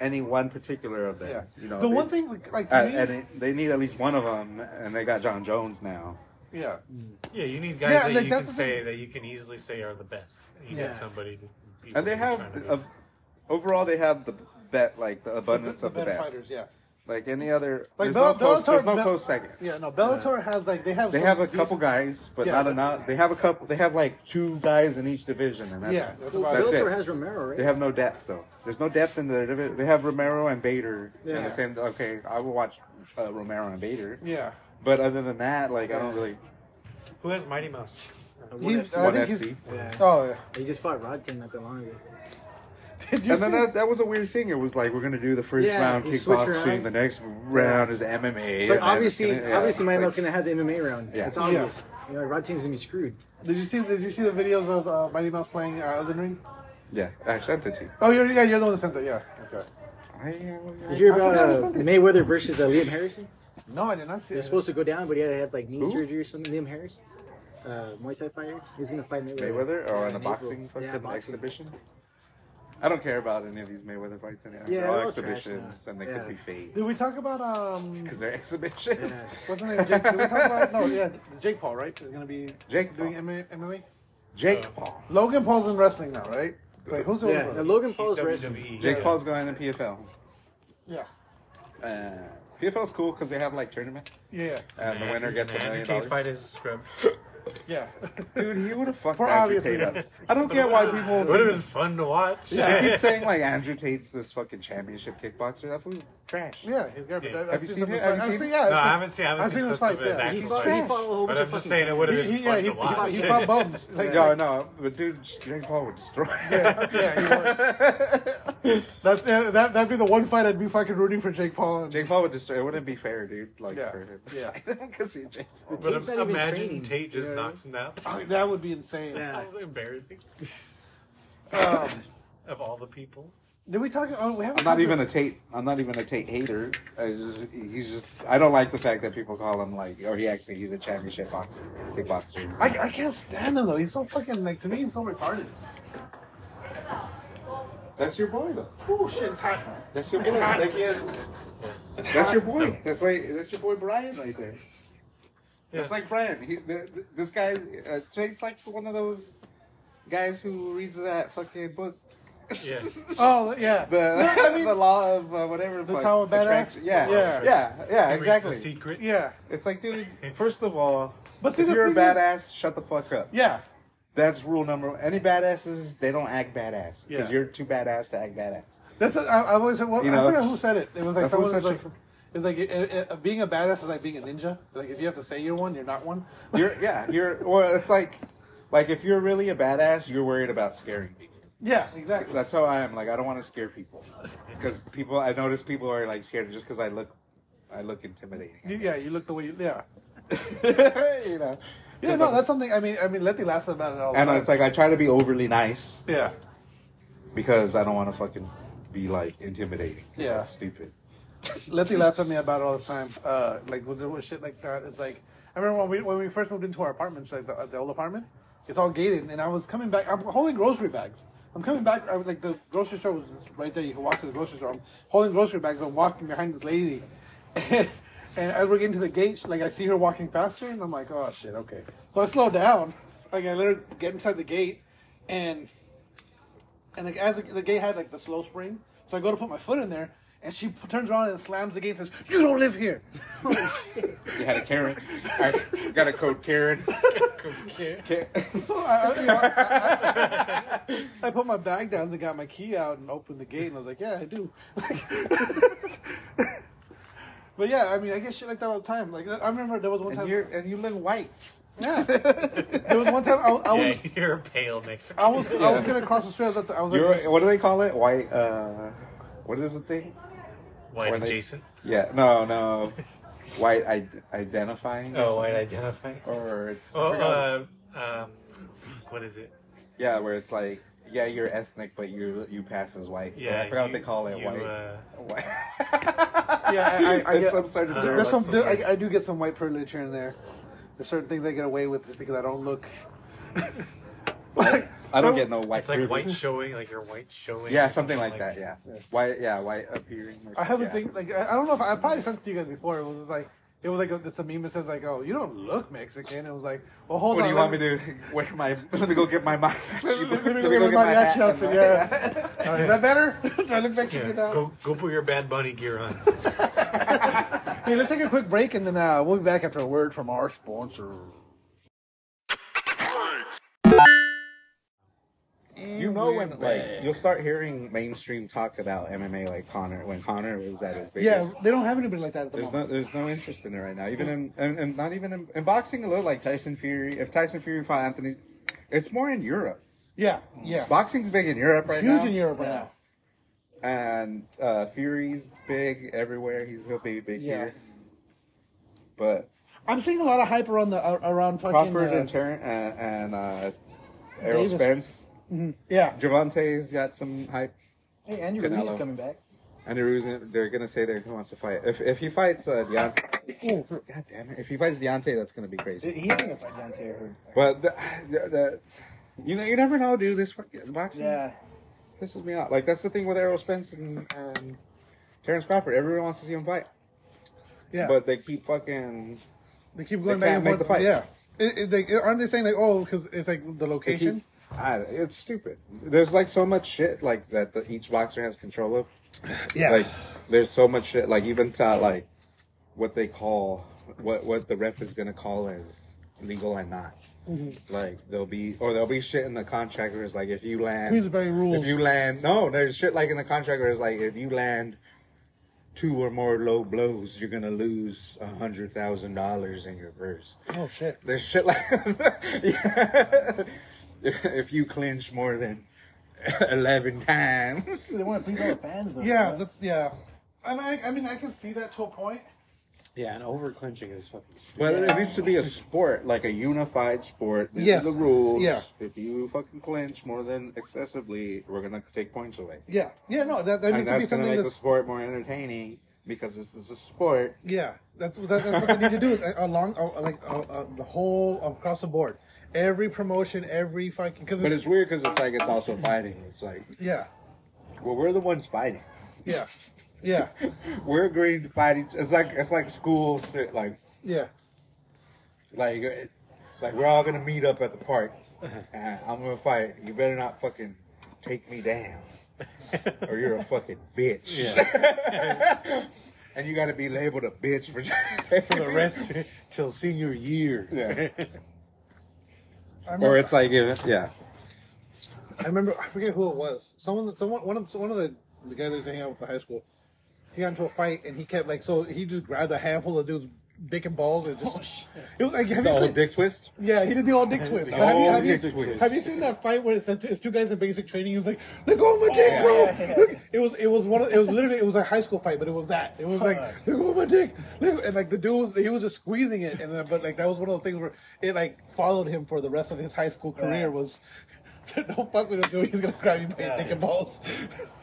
S2: any one particular of them.
S3: Yeah,
S2: You know
S3: the
S2: they-
S3: one thing like, like to
S2: Uh,
S3: me,
S2: and it, they need at least one of them, and they got John Jones now.
S3: yeah.
S8: Yeah, you need guys
S3: Yeah,
S8: that
S3: like,
S8: you
S3: that's
S8: can
S3: the
S8: say that you can easily say are the best. You
S3: Yeah.
S8: need somebody. to- people
S2: And they
S8: who are
S2: have,
S8: trying to-
S2: uh, overall, they have the bet like the abundance of the
S3: better
S2: best.
S3: fighters, yeah.
S2: Like any other,
S3: Like
S2: there's,
S3: Bell-
S2: no close,
S3: Bellator-
S2: there's no
S3: Bell-
S2: close second.
S3: Yeah, no, Bellator has like they have
S2: They
S3: some
S2: have a
S3: decent-
S2: couple guys, but
S3: Yeah,
S2: not
S3: but-
S2: enough. They have a couple. They have like two guys in each division, and that's,
S3: Yeah, that's
S2: that's,
S3: about
S4: Well,
S2: it.
S4: Bellator has Romero, right?
S2: they have no depth though. There's no depth in their division. They have Romero and Bader in
S4: Yeah.
S2: the same. Okay, I will watch uh, Romero and Bader,
S3: Yeah,
S2: but other than that, like I don't really.
S8: Who has Mighty Mouse?
S3: He's-
S4: He,
S3: I
S2: One
S3: think
S2: FC.
S3: he's-
S4: yeah.
S3: Oh, yeah.
S4: he just fought Rodman not that long ago.
S3: Did you
S2: And then
S3: see-
S2: that, that was a weird thing. It was like we're gonna do the first
S4: Yeah,
S2: round
S4: you switch
S2: kickboxing,
S4: around.
S2: the next round is MMA. and
S4: So
S2: then it's
S4: obviously,
S2: gonna- yeah,
S4: obviously,
S2: it's
S4: Mighty
S2: like-
S4: Mouse gonna have the MMA round.
S2: Yeah.
S4: It's obvious. You know, Rodman's gonna be screwed.
S3: Did you see? Did you see the videos of uh, Mighty Mouse playing uh, Elden Ring?
S2: Yeah, I sent it to you.
S3: Oh, you're yeah, you're the one that sent that. Yeah. Okay.
S2: I, uh,
S4: You hear
S2: I- I
S4: about uh,
S2: forgot about it.
S4: Mayweather versus uh, Liam Harrison?
S3: No, I did not see.
S4: They're
S3: it.
S4: supposed to go down, but he had to have like knee
S2: Who?
S4: surgery or something. Liam Harris, uh, Muay Thai fighter, he's gonna fight Mayweather.
S2: Mayweather
S4: Yeah,
S2: or on
S4: in
S2: a
S4: April.
S2: boxing fucking
S4: yeah, boxing.
S2: exhibition? I don't care about any of these Mayweather fights anymore.
S4: Yeah,
S2: they're all
S4: they're all trash
S2: exhibitions,
S4: now.
S2: and they
S4: Yeah.
S2: could be fake
S3: Did we talk about um?
S2: because they're exhibitions.
S4: Yeah.
S3: What's the name? Jake? Did we talk about no? Yeah, it's Jake Paul, right? Is gonna be
S2: Jake
S3: doing
S2: Paul.
S3: MMA. MMA?
S9: Uh,
S2: Jake Paul.
S3: Logan Paul's in wrestling now, right? Like who's the
S4: Yeah,
S3: older
S4: now
S3: brother?
S4: Logan Paul's
S9: He's E.
S4: wrestling.
S8: E.
S9: WWE.
S2: Jake Paul's going to PFL.
S3: Yeah.
S2: Uh, PFL's cool because they have like tournament.
S3: Yeah.
S2: And the winner gets a
S9: Andrew
S2: million
S9: Tate fight
S2: dollars.
S9: his scrub.
S3: Yeah.
S2: Dude, he would have fucked
S3: For
S2: Andrew
S3: obvious
S2: Tate up.
S3: reasons.
S2: I don't get why
S9: It would have been
S2: people.
S9: fun to watch.
S2: Yeah, I keep saying like Andrew Tate's this fucking championship kickboxer. That fool's trash.
S3: Yeah, he's garbage.
S9: Yeah.
S3: I've
S2: Have you
S3: seen
S2: seen
S3: some
S2: it?
S3: of
S2: Have
S3: his-
S2: you
S3: I've
S2: seen
S3: seen
S2: it?
S3: yeah, I've
S9: No, I
S3: seen-
S9: haven't seen. I haven't
S3: I've
S9: seen
S3: seen
S9: clips of
S3: his fights,
S9: his
S3: yeah.
S9: actual
S4: He
S9: fight.
S4: fought, he fought a whole
S9: But
S4: bunch
S9: I'm
S4: of
S9: just
S4: fucking.
S9: saying it would have
S3: He-
S9: been
S3: he- yeah,
S9: fun to
S3: he- he fought-
S9: watch.
S3: he fought bums. Like,
S2: No, no, but dude, Jake Paul would destroy. him.
S3: That's yeah, that. That'd be the one fight I'd be fucking rooting for Jake Paul. And,
S2: Jake Paul would destroy. It wouldn't be fair, dude. Like
S3: Yeah.
S2: for him,
S3: Yeah.
S2: because he Jake. Paul.
S9: But
S4: Tate's
S9: im-
S4: not even
S9: imagine
S4: training,
S9: Tate
S4: you
S9: just
S4: know?
S9: knocks him out.
S3: Oh, that would be insane.
S4: Yeah.
S9: embarrassing.
S3: Um,
S9: Of all the people.
S3: did we talk? Oh, we haven't.
S2: I'm not
S3: talked
S2: even
S3: about-
S2: a Tate. I'm not even a Tate hater. I just, he's just. I don't like the fact that people call him like, or he actually he's a championship boxer, kickboxer. He's like,
S3: I, I can't stand him though. He's so fucking like to me. He's so retarded.
S2: That's your boy, though.
S3: Oh shit, it's hot.
S2: That's your boy. Like, yeah. That's your boy. That's like that's your boy Brian right there. That's like Brian. He, th th this guy, uh, Tate's like one of those guys who reads that fucking book.
S9: Yeah.
S3: Oh yeah.
S2: The, the law of uh, whatever.
S3: The Tower of Badass?
S2: attraction. Yeah.
S3: Yeah.
S2: yeah, yeah,
S9: He reads
S2: exactly.
S9: The secret.
S3: yeah.
S2: It's like, dude. First of all,
S3: But see,
S2: if
S3: the
S2: you're a
S3: thing is-
S2: badass, shut the fuck up.
S3: Yeah.
S2: That's rule number. one. Any badasses, they don't act badass because
S3: Yeah.
S2: you're too badass to act badass.
S3: That's. A, I, I always. Well,
S2: You
S3: I
S2: know?
S3: forgot who said it. It was like
S2: That's who
S3: someone was
S2: said
S3: like. It's like it, it, it- being a badass is like being a ninja. Like if you have to say you're one, you're not one.
S2: You're yeah. You're well. It's like, like if you're really a badass, you're worried about scaring people.
S3: Yeah, exactly.
S2: That's how I am. Like I don't want to scare people because people. I notice people are like scared just because I look, I look intimidating.
S3: You- Yeah, you look the way you. Yeah.
S2: you know.
S3: Yeah, no, that's something. I mean, I mean, let the last about it all. the
S2: And
S3: time.
S2: it's like I try to be overly nice
S3: Yeah.
S2: because I don't want to fucking be like intimidating. 'cause
S3: Yeah.
S2: that's stupid.
S3: Letty laughs at me about it all the time. Uh, like with, with shit like that, it's like I remember when we when we first moved into our apartments, like the, the old apartment, it's all gated, and I was coming back. I'm holding grocery bags. I'm coming back. I was like the grocery store was right there. You can walk to the grocery store. I'm holding grocery bags. I'm walking behind this lady, and as we're getting to the gate, like I see her walking faster, and I'm like, oh shit, okay. So I slow down. Like I let her get inside the gate, and and like as the, the gate had like the slow spring, so I go to put my foot in there, and she p- turns around and slams the gate and says, "You don't live here."
S2: You had a Karen. I got a code Karen.
S3: So I, I, you know, I, I- I- I put my bag down and got my key out and opened the gate, and I was like, "Yeah, I do." but yeah, I mean, I get shit like that all the time. Like I remember there was one
S2: And
S3: time.
S2: you're and you look white.
S3: Yeah, there was one time I, was- I was.
S9: Yeah, you're a pale Mexican.
S3: I was I was
S2: Yeah.
S3: gonna cross the street. I was, at the, I was like,
S2: You're what do they call it? White. Uh, what is the thing?
S9: White
S2: When they-
S9: adjacent.
S2: Yeah. No. No. White I- identifying. or
S6: Oh,
S2: something?
S6: white identifying.
S2: Or it's I
S9: Oh,
S2: forgot.
S9: uh, um, fuck, what is it?
S2: yeah, where it's like yeah, you're ethnic, but you you pass as white. So
S9: Yeah,
S2: I forgot
S9: you-
S2: what they call it.
S9: you,
S2: white.
S9: uh,
S2: white.
S3: yeah, I, I, I
S2: It's
S3: get,
S2: some sort of
S9: uh,
S2: term.
S3: There's some.
S9: That's
S3: There,
S9: okay.
S3: I, I do get some white privilege here and there. There's certain things I get away with just because I don't look. like
S2: I don't get no white.
S9: It's like
S2: privilege.
S9: white showing, like you're white showing.
S2: Yeah, something like that. Yeah, white. Yeah, white appearing. Or
S3: I have a
S2: something,
S3: thing. Like I, I don't know if I, I probably sent it to you guys before. It was like it was like a, it's a meme that says like, "Oh, you don't look Mexican." It was like, "Well, hold
S2: What do
S3: on."
S2: you
S3: let
S2: want me
S3: me-
S2: to wear my? Let me go get my mind.
S3: Let me, let me go get my mariachi outfit. Yeah. All right, is that better? Do I look
S9: Yeah,
S3: Mexican now?
S9: go go put your Bad Bunny gear on.
S3: Hey, let's take a quick break and then uh, we'll be back after a word from our sponsor.
S2: You know when like you'll start hearing mainstream talk about MMA like Connor when Connor was at his
S3: Yeah,
S2: biggest.
S3: they don't have anybody like that at the
S2: There's
S3: moment.
S2: no, there's no interest in it right now. Even in, and, and not even in, in boxing a little like Tyson Fury. If Tyson Fury fought Anthony, it's more in Europe.
S3: Yeah, yeah.
S2: Boxing's big in Europe right now.
S3: Huge in Europe right now.
S2: and uh, Fury's big everywhere. He's he'll be big
S3: Yeah.
S2: here. But
S3: I'm seeing a lot of hype around the uh, around fucking.
S2: Crawford
S3: uh,
S2: and Terrence and, and uh, Errol
S3: Davis.
S2: Spence,
S3: yeah.
S2: Javante's got some hype.
S10: Hey, Andrew Ruiz is
S2: Canelo.
S10: coming back.
S2: And the reason they're gonna say there who wants to fight. If if he fights uh, Deontay, god damn it! If he fights Deontay, that's gonna be
S10: He-
S2: crazy.
S10: He's gonna fight Deontay. I heard.
S2: But the, the, the you know you never know, dude. This fucking boxing
S10: Yeah,
S2: pisses me out. Like that's the thing with Errol Spence and, and Terrence Crawford. Everyone wants to see him fight,
S3: Yeah,
S2: but they keep fucking
S3: they keep going
S2: they
S3: back
S2: can't
S3: and
S2: make
S3: forth.
S2: the fight.
S3: Yeah, It- it- they- aren't they saying like, oh, because it's like the
S2: they
S3: location?
S2: keep I, it's stupid. There's like so much shit like that the, each boxer has control of.
S1: Yeah.
S2: Like there's so much shit like even to like what they call what what the ref is gonna call as legal and not. Like there'll be or there'll be shit in the contract where it's like if you land
S11: Queensberry rules.
S2: If you land no, there's shit like in the contract where it's like if you land two or more low blows, you're gonna lose a hundred thousand dollars in your purse.
S11: Oh shit.
S2: There's shit like if, if you clinch more than eleven times.
S10: They want to please all the fans, though.
S3: Yeah, that's yeah. And I, I mean, I can see that to a point.
S6: Yeah, and over clinching is fucking stupid.
S2: But it needs to be a sport, like a unified sport. These
S3: Yes.
S2: are the rules.
S3: Yeah.
S2: If you fucking clinch more than excessively, we're gonna take points away.
S3: Yeah, yeah. No, that that
S2: and
S3: needs
S2: that's
S3: to
S2: gonna
S3: be something
S2: make
S3: that's
S2: the sport more entertaining because this is a sport.
S3: Yeah, that's that, that's what they need to do uh, along uh, like uh, uh, the whole across the board, every promotion, every fucking. Cause
S2: But it's weird because it's like it's also fighting. It's like,
S3: yeah,
S2: well, we're the ones fighting.
S3: yeah, yeah,
S2: We're agreeing to fight each. It's like it's like school shit. Like
S3: yeah.
S2: like uh, like we're all gonna meet up at the park.
S6: Uh-huh.
S2: And I'm gonna fight. You better not fucking take me down, or you're a fucking bitch. and you got to be labeled a bitch for for the rest till senior year. Yeah. or it's like if, yeah,
S3: I remember I forget who it was. Someone, someone, one of one of the the guys that was hanging out with the high school. He got into a fight and he kept like so he just grabbed a handful of dudes. Dick and balls and just it was like have
S2: the
S3: you
S2: whole
S3: seen,
S2: Oh, dick twist.
S3: yeah he did the all dick twist.
S2: The
S3: But have, you,
S2: whole
S3: have, you,
S2: dick twist.
S3: have you seen that fight where it's the two, it's two guys in basic training? He was like, "Let go of my dick,
S2: Oh, Yeah.
S3: bro!" Look, it was it was one of, it was literally it was a high school fight, but it was that it was like look over my dick, look, and like the dude was, he was just squeezing it, and then, but like that was one of those things where it like followed him for the rest of his high school career was. Don't fuck with this dude. He's gonna grab you by your dick and balls.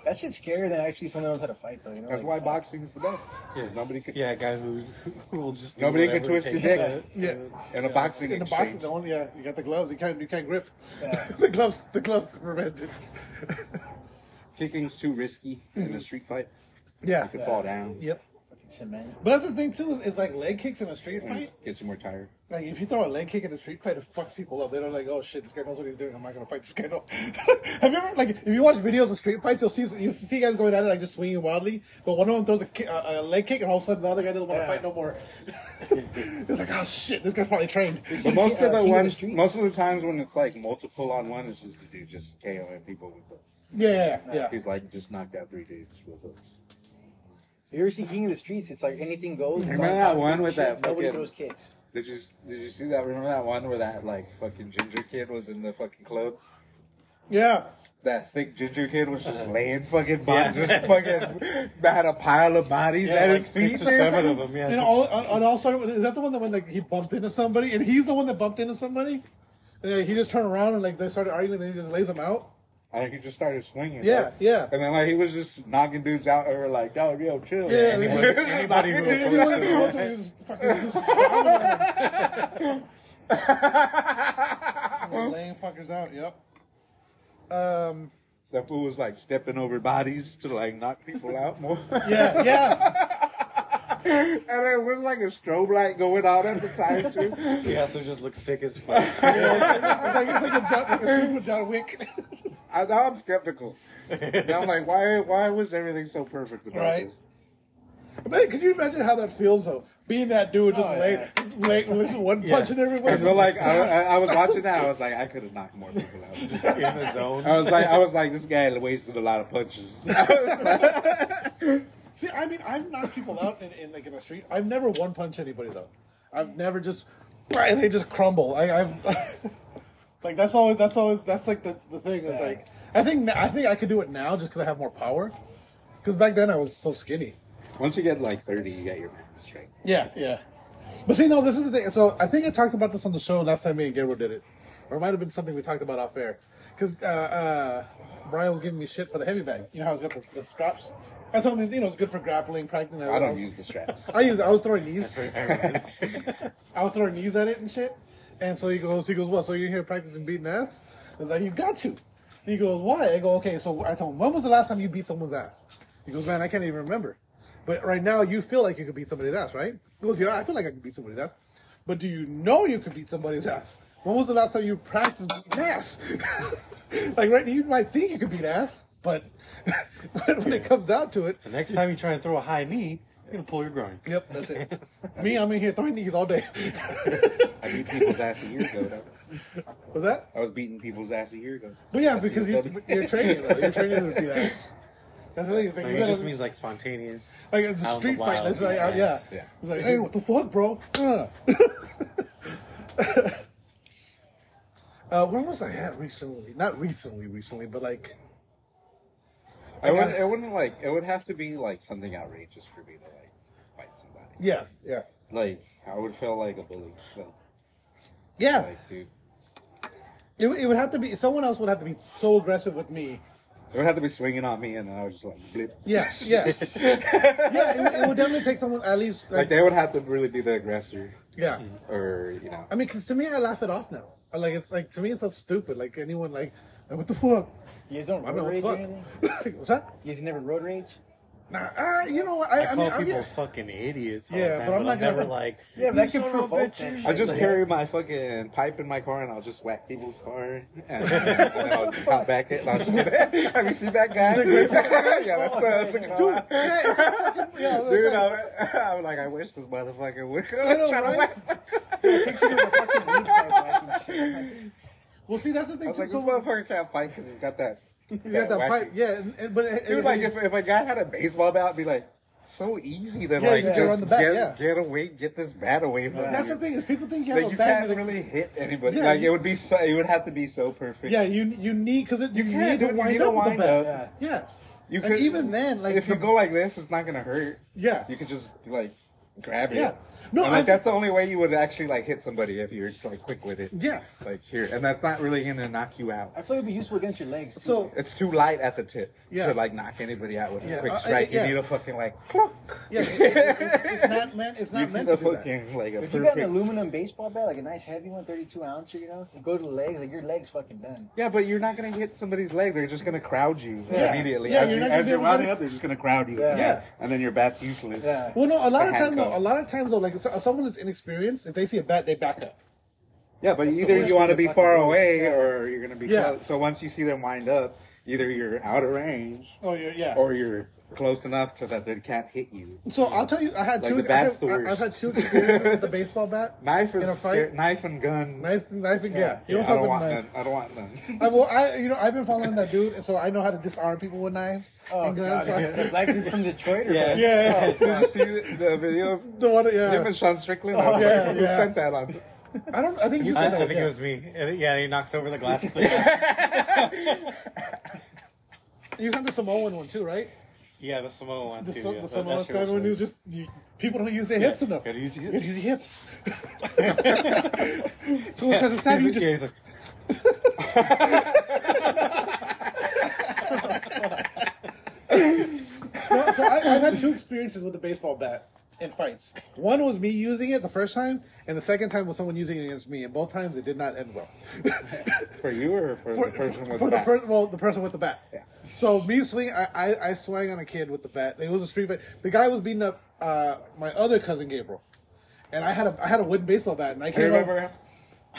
S10: That shit's scarier than actually someone knows how to fight, though. You know,
S2: That's why
S10: like,
S2: boxing is the best.
S6: Yeah.
S2: Nobody can.
S6: Yeah, guys who who will just do
S2: Nobody can
S6: whatever it
S2: twist your
S6: takes
S2: dick.
S6: to-
S3: Yeah,
S2: In a boxing
S3: in the
S2: exchange.
S3: boxing, the only yeah, you got the gloves. You can't you can't grip.
S10: Yeah.
S3: the gloves, the gloves prevent it.
S2: Kicking's too risky in a street fight.
S3: Yeah.
S2: You could fall down.
S3: Yep.
S10: fucking cement.
S3: But that's the thing too. Is like leg kicks in a street
S2: And
S3: fight.
S2: it gets you more tired.
S3: Like if you throw a leg kick in the street fight, it fucks people up. They're like, "Oh shit, this guy knows what he's doing. I'm not gonna fight this guy." No. Have you ever like if you watch videos of street fights, you'll see you see guys going at it like just swinging wildly, but one of them throws a, ki- a, a leg kick, and all of a sudden the other guy doesn't want to fight no more. it's like, "Oh shit, this guy's probably trained."
S2: But most
S10: uh,
S2: of
S10: King
S2: the
S10: of the
S2: ones,
S10: Streets.
S2: most of the times when it's like multiple on one, it's just the dude just KOing people with hooks.
S3: Yeah, yeah, yeah.
S2: He's like just knocked out three dudes with hooks.
S10: You ever see King of the Streets? It's like anything goes. It's
S2: Remember
S10: on
S2: that
S4: "Oh,
S10: top of
S2: one
S10: it,
S2: with
S10: shit,
S2: that
S10: Nobody
S2: fucking-
S10: throws kicks.
S2: Did you did you see that? Remember that one where that like fucking ginger kid was in the fucking club?
S3: yeah.
S2: That thick ginger kid was just laying fucking bodies, just fucking had a pile of bodies
S6: Yeah,
S2: at
S6: like
S2: his feet.
S6: six or
S2: man.
S6: seven of them. Yeah,
S3: And
S6: just-
S3: all and and all started with is that the one that when like he bumped into somebody, and he's the one that bumped into somebody. And like, he just turned around and like they started arguing, and then he just lays them out.
S2: I think he just started swinging.
S3: Yeah,
S2: like-
S3: yeah.
S2: And then like he was just knocking dudes out, and were like, "Dog, yo, chill."
S3: Yeah,
S2: And he
S3: yeah.
S2: was-
S6: Anybody who
S2: Knocking
S3: He
S2: dudes
S3: wanted to be
S2: out.
S3: able to use fucking- laying fuckers out. Yep. Um.
S2: That fool was like stepping over bodies to like knock people out more.
S3: Yeah. Yeah.
S2: and there was like a strobe light going on at the time too.
S6: He also just looks sick as fuck.
S3: it's like it's like a, John, like a scene from John Wick.
S2: I, now I'm skeptical. Now I'm like, why? Why was everything so perfect about
S3: Right.
S2: this?
S3: Man, could you imagine how that feels though? Being that dude just
S10: Oh,
S3: lay,
S10: yeah.
S3: just lay, with one punch in everyone.
S2: I feel
S3: Just,
S2: like I, I, I was watching that. I was like, I could have knocked more people out.
S6: Just in the zone.
S2: I was like, I was like, this guy wasted a lot of punches.
S3: see, I mean, I've knocked people out in, in like in the street. I've never one punch anybody though. I've never just and they just crumble. I, I've like that's always that's always that's like the, the thing is like I think I think I could do it now just because I have more power. Because back then I was so skinny.
S2: Once you get like 30, you got your madness, right?
S3: Yeah, yeah. But see, no, this is the thing. So I think I talked about this on the show last time me and Gabriel did it, or it might have been something we talked about off air, because uh, uh, Brian was giving me shit for the heavy bag. You know how it's got the, the straps. I told him, you know, it's good for grappling, practicing.
S2: I don't use the straps.
S3: I use. I was throwing knees. I was throwing knees at it and shit. And so he goes, he goes, what? So you're here practicing beating ass? I was like, you got to. He goes, why? I go, okay. So I told him, when was the last time you beat someone's ass? He goes, man, I can't even remember. But right now, you feel like you could beat somebody's ass, right? He goes, yeah, I feel like I could beat somebody's ass. But do you know you could beat somebody's ass? When was the last time you practiced beating ass? like, right? You might think you could beat ass, but when it comes down to it,
S9: The next time you try and throw a high knee, you're gonna pull your groin.
S3: yep, that's it. Me, I'm in here throwing knees all day.
S2: I beat people's ass a year ago. Though.
S3: Was that?
S2: I was beating people's ass a year ago.
S3: But yeah,
S2: That's
S3: because
S2: CSW.
S3: you, you're training, though. You're training to beat ass. That's the thing. Like,
S6: Like,
S3: you
S6: it
S3: gotta-
S6: just means like spontaneous.
S3: like it's a
S6: out in the
S3: street fight.
S6: wild,
S3: It's like,
S6: you know,
S3: uh, yeah.
S6: yeah.
S3: It's like, hey, what the fuck, bro? Uh. uh, where was I at recently? Not recently, recently, but like,
S2: I would. It wouldn't like. It would have to be like something outrageous for me to like fight somebody.
S3: yeah, yeah,
S2: Like I would feel like a bully. So,
S3: yeah.
S2: like, dude,
S3: It, would- it would have to be someone else would have to be so aggressive with me.
S2: it would have to be swinging on me, and then I would just like blip.
S3: Yeah, yeah, yeah. It, would- it would definitely take someone at least
S2: Like
S3: like,
S2: they would have to really be the aggressor,
S3: yeah.
S2: or you know.
S3: I mean, because to me, I laugh it off now. I, Like it's like to me, it's so stupid. Like anyone, like, "Hey, what the fuck?
S10: You guys don't
S3: I don't know
S10: road
S3: what the
S10: rage or
S3: fuck.
S10: anything?
S3: What's that?
S10: You guys never road rage?
S3: Nah, uh, you know what? I,
S6: I,
S3: I,
S6: call
S3: mean, I'm,
S6: people
S3: yeah,
S6: fucking idiots all
S3: Yeah,
S6: the
S3: but
S6: time,
S3: I'm
S6: but,
S3: not
S6: I'm
S3: gonna-
S6: never like,
S10: Yeah, but
S6: "You
S10: I can
S6: son of a
S10: provoke
S6: bitch,
S10: that
S6: you
S10: shit.
S2: I just
S6: like-
S2: carry my fucking pipe in my car and I'll just whack people's car and, and then I'll hop back it. and I'll just have you seen that guy? yeah, that's a, that's a
S3: dude,
S2: dude.
S3: yeah, it's a fucking, yeah, that's
S2: Dude,
S3: like-
S2: I'm, I'm like, I wish this motherfucker would.
S3: I know,
S2: trying to
S3: right?
S2: whack
S10: Picture you with a fucking meat pie whacking shit.
S3: Well, see, that's the thing.
S2: I was
S3: too,
S2: like,
S3: so
S2: this motherfucker can't fight because he's got that.
S3: you got that fight, yeah. And, and, but it,
S2: Dude, like, if, if a guy had a baseball bat, it'd be like, so easy to,
S3: Yeah,
S2: like,
S3: you get around
S2: just
S3: the bat,
S2: get,
S3: yeah.
S2: get away, get this bat away from
S3: that's
S2: you.
S3: the thing is people think you have
S2: Like, you
S3: a bad.
S2: can't really hit anybody.
S3: Yeah,
S2: like,
S3: you-
S2: it would be so, it would have to be so perfect.
S3: yeah, you you need because you,
S2: can't,
S3: need
S2: dude,
S3: to
S2: you
S3: wind
S2: need to
S3: up with
S2: wind
S3: the bat.
S2: up.
S3: Yeah,
S2: You
S3: and even then, like
S2: if you
S3: the-
S2: go like this, it's not gonna hurt.
S3: Yeah.
S2: you could just like grab it.
S3: Yeah. No,
S2: And, like
S3: I-
S2: that's the only way you would actually like hit somebody if you're just like quick with it.
S3: Yeah.
S2: like here, and that's not really gonna knock you out.
S10: I feel it'd be useful against your legs. Too.
S3: So-
S2: It's too light at the tip
S3: Yeah.
S2: to like knock anybody out with
S3: Yeah.
S2: a quick
S3: Uh,
S2: strike.
S3: yeah.
S2: You need a fucking like clunk.
S3: yeah, it- it- it's, it's not meant. It's
S2: You
S3: not meant
S2: need
S3: to
S2: a
S3: do that.
S2: fucking like a
S10: if you got an
S2: perfect.
S10: aluminum baseball bat, like a nice heavy one, 32 ounce, you know, you go to the legs, like your legs fucking done.
S2: Yeah, but you're not gonna hit somebody's leg. They're just gonna crowd you
S3: Yeah.
S2: immediately.
S3: Yeah,
S2: as
S3: you're
S2: you,
S3: not gonna
S2: as
S3: be
S2: you're
S3: able to-
S2: rounding up, they're just gonna crowd you.
S10: Yeah.
S3: Yeah.
S2: and then your bat's useless.
S10: Yeah.
S3: Well, no, a lot
S2: It's
S3: of
S2: a
S3: times, though, a
S2: handcuff.
S3: lot of times, though, like so, if someone is inexperienced, if they see a bat, they back up.
S2: Yeah, but
S10: the
S2: either
S10: worst
S2: you want to
S10: thing to
S2: be
S10: fucking
S2: far
S10: do.
S2: away or you're going to be
S3: Yeah.
S2: close. So once you see them wind up, either you're out of range
S3: Oh yeah, yeah.
S2: or you're close enough to that they can't hit you.
S3: so I'll tell you, I had
S2: Like,
S3: two.
S2: the bat's
S3: I
S2: the
S3: have, I- I've
S2: worst.
S3: had two experiences with the baseball bat.
S2: Knife
S3: In a
S2: is
S3: fight?
S2: scary. Knife and gun.
S3: Nice, knife and yeah. You
S2: Yeah, I
S3: don't fuck
S2: don't
S3: with
S2: want
S3: knife.
S2: none. I don't want none.
S3: I, well, I you know I've been following that dude, and so I know how to disarm people with knives
S10: Oh,
S3: and guns.
S10: God.
S3: so I-
S10: the black dude from Detroit? Or
S6: Yeah.
S10: what?
S3: yeah,
S2: Did you see the video of
S3: the one,
S2: him
S3: yeah.
S2: and Sean Strickland? I was
S3: Oh,
S2: like,
S3: yeah,
S2: who
S3: yeah.
S2: sent that on?
S3: I don't. I think you
S6: I,
S3: said that.
S6: I think
S3: yeah.
S6: it was me. And, yeah, he knocks over the glass.
S3: You sent the Samoan one too, right?
S6: yeah, the Samoa one
S3: The,
S6: too.
S3: Sa-
S6: yeah,
S3: the
S6: that-
S3: Samoan
S6: that shit
S3: stand one.
S6: was funny.
S3: You was just you, people don't use their hips enough.
S6: Gotta use
S3: You
S6: your hips.
S3: use your hips. Someone tries to stab you,
S6: He's
S3: you just
S6: like- yeah, he's like,
S3: No, so I, I've had two experiences with the baseball bat in fights. One was me using it the first time, and the second time was someone using it against me. And both times it did not end well.
S2: For you or for,
S3: For,
S2: the person with
S3: for
S2: the
S3: the
S2: bat?
S3: per- well, the person with the bat. So me swing, I, I I swung on a kid with the bat. It was a street fight. The guy was beating up uh, my other cousin Gabriel, and I had a I had a wooden baseball bat, and I
S2: I
S3: came
S2: remember
S3: over.
S2: him.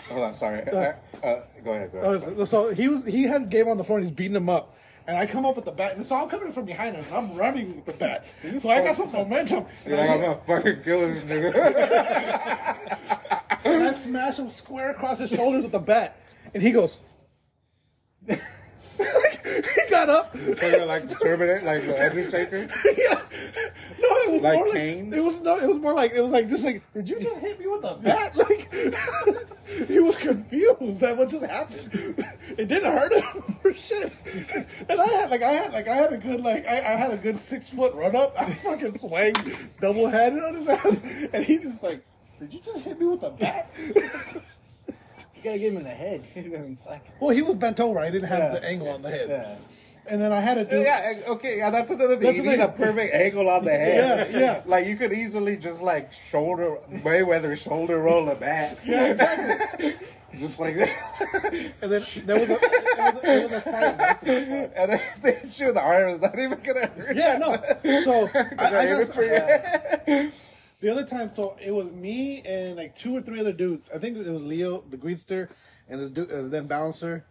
S2: Hold on, sorry. Uh, uh, go ahead, go ahead. sorry.
S3: Uh, so he was he had Gabe on the floor and he's beating him up. And I come up with the bat, and so I'm coming from behind him, and I'm running with the bat. So I got some momentum.
S2: You're like, "Oh, I'm gonna fucking kill this nigga.
S3: And I smash him square across his shoulders with a bat. And he goes. he got up.
S2: So you're like Terminator, like the Undertaker.
S3: yeah. No, it was
S2: Like
S3: more like
S2: Kane?
S3: it was no, it was more like it was like just like did you just hit me with a bat? Like he was confused that what just happened. It didn't hurt him for shit. And I had like I had like I had a good like I, I had a good six foot run up. I fucking swang double handed on his ass, and he just like, did you just hit me with a bat?
S10: You gotta get him in the head. dude. I mean, fuck.
S3: Well, he was bent over. I didn't have
S10: Yeah.
S3: the angle on the head.
S10: Yeah.
S3: And then I had to do.
S2: Yeah, uh, okay, yeah, that's another thing.
S3: That's
S2: you
S3: the
S2: need
S3: thing.
S2: a perfect angle on the head.
S3: Yeah, yeah.
S2: Like you could easily just like shoulder Mayweather shoulder roll a bat.
S3: Yeah, exactly.
S2: Just like that.
S3: And then there was a, there was a, there was a fight.
S2: and if they shoot the arm is not even gonna hurt.
S3: Yeah, no. So I,
S2: Is that
S3: I
S2: even
S3: got,
S2: for you?
S3: The other time, so it was me and like two or three other dudes. I think it was Leo, the greedster, and the du- uh, then bouncer,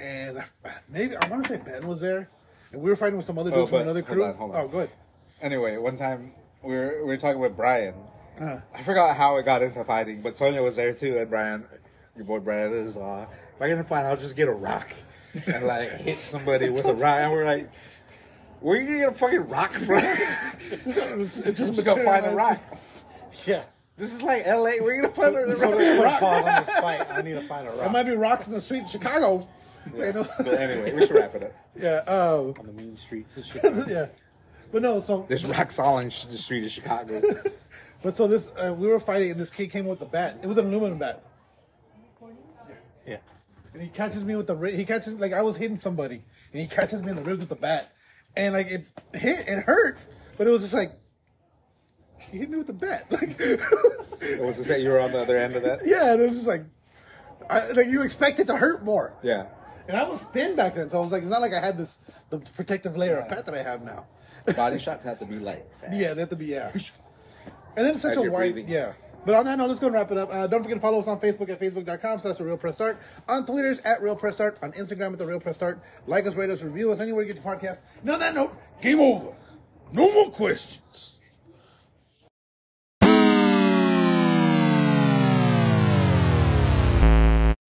S3: and I- maybe I want to say Ben was there, and we were fighting with some other dude
S2: Oh,
S3: from
S2: but-
S3: another
S2: hold
S3: crew.
S2: on, hold on.
S3: Oh, good.
S2: Anyway, one time we were, we were talking with Brian.
S3: Uh,
S2: I forgot how it got into fighting, but Sonia was there too, and Brian, your boy Brian, is uh, if I get in a fight, I'll just get a rock and like hit somebody with a rock. And we're like, where are you gonna get a fucking rock from?
S3: it
S2: just just go find a rock.
S3: Yeah.
S2: This is like L.A. We're gonna put a
S3: So there's a rock.
S2: Pause on this fight. I need to find a
S3: There might be rocks in the street in Chicago. You know?
S2: But anyway, we should wrap it up.
S3: Yeah. Um,
S6: on the mean streets of Chicago.
S3: yeah. But no, so
S2: There's rocks all in sh- the street of Chicago.
S3: But so this, uh, we were fighting, and this kid came with the bat. It was an aluminum bat,
S6: Yeah.
S3: and he catches me with the ri- he catches like I was hitting somebody, and he catches me in the ribs with the bat, and like it hit, it hurt, but it was just like you hit me with the bat, like
S2: What was it that you were on the other end of that?
S3: yeah, and it was just like I, like you expect it to hurt more,
S2: Yeah.
S3: and I was thin back then, so I was like it's not like I had this the protective layer of fat that I have now.
S2: Body shots have to be like that.
S3: Yeah, they have to be yeah. And then such
S2: As
S3: a
S2: you're
S3: wide
S2: breathing.
S3: yeah. But on that note, let's go and wrap it up. Uh, don't forget to follow us on Facebook at facebook.com slash the Real Press Start, on Twitter's at Real Press Start, on Instagram at the Real Press Start. Like us, rate us, review us anywhere you get your podcast. And on that note, game over. No more questions.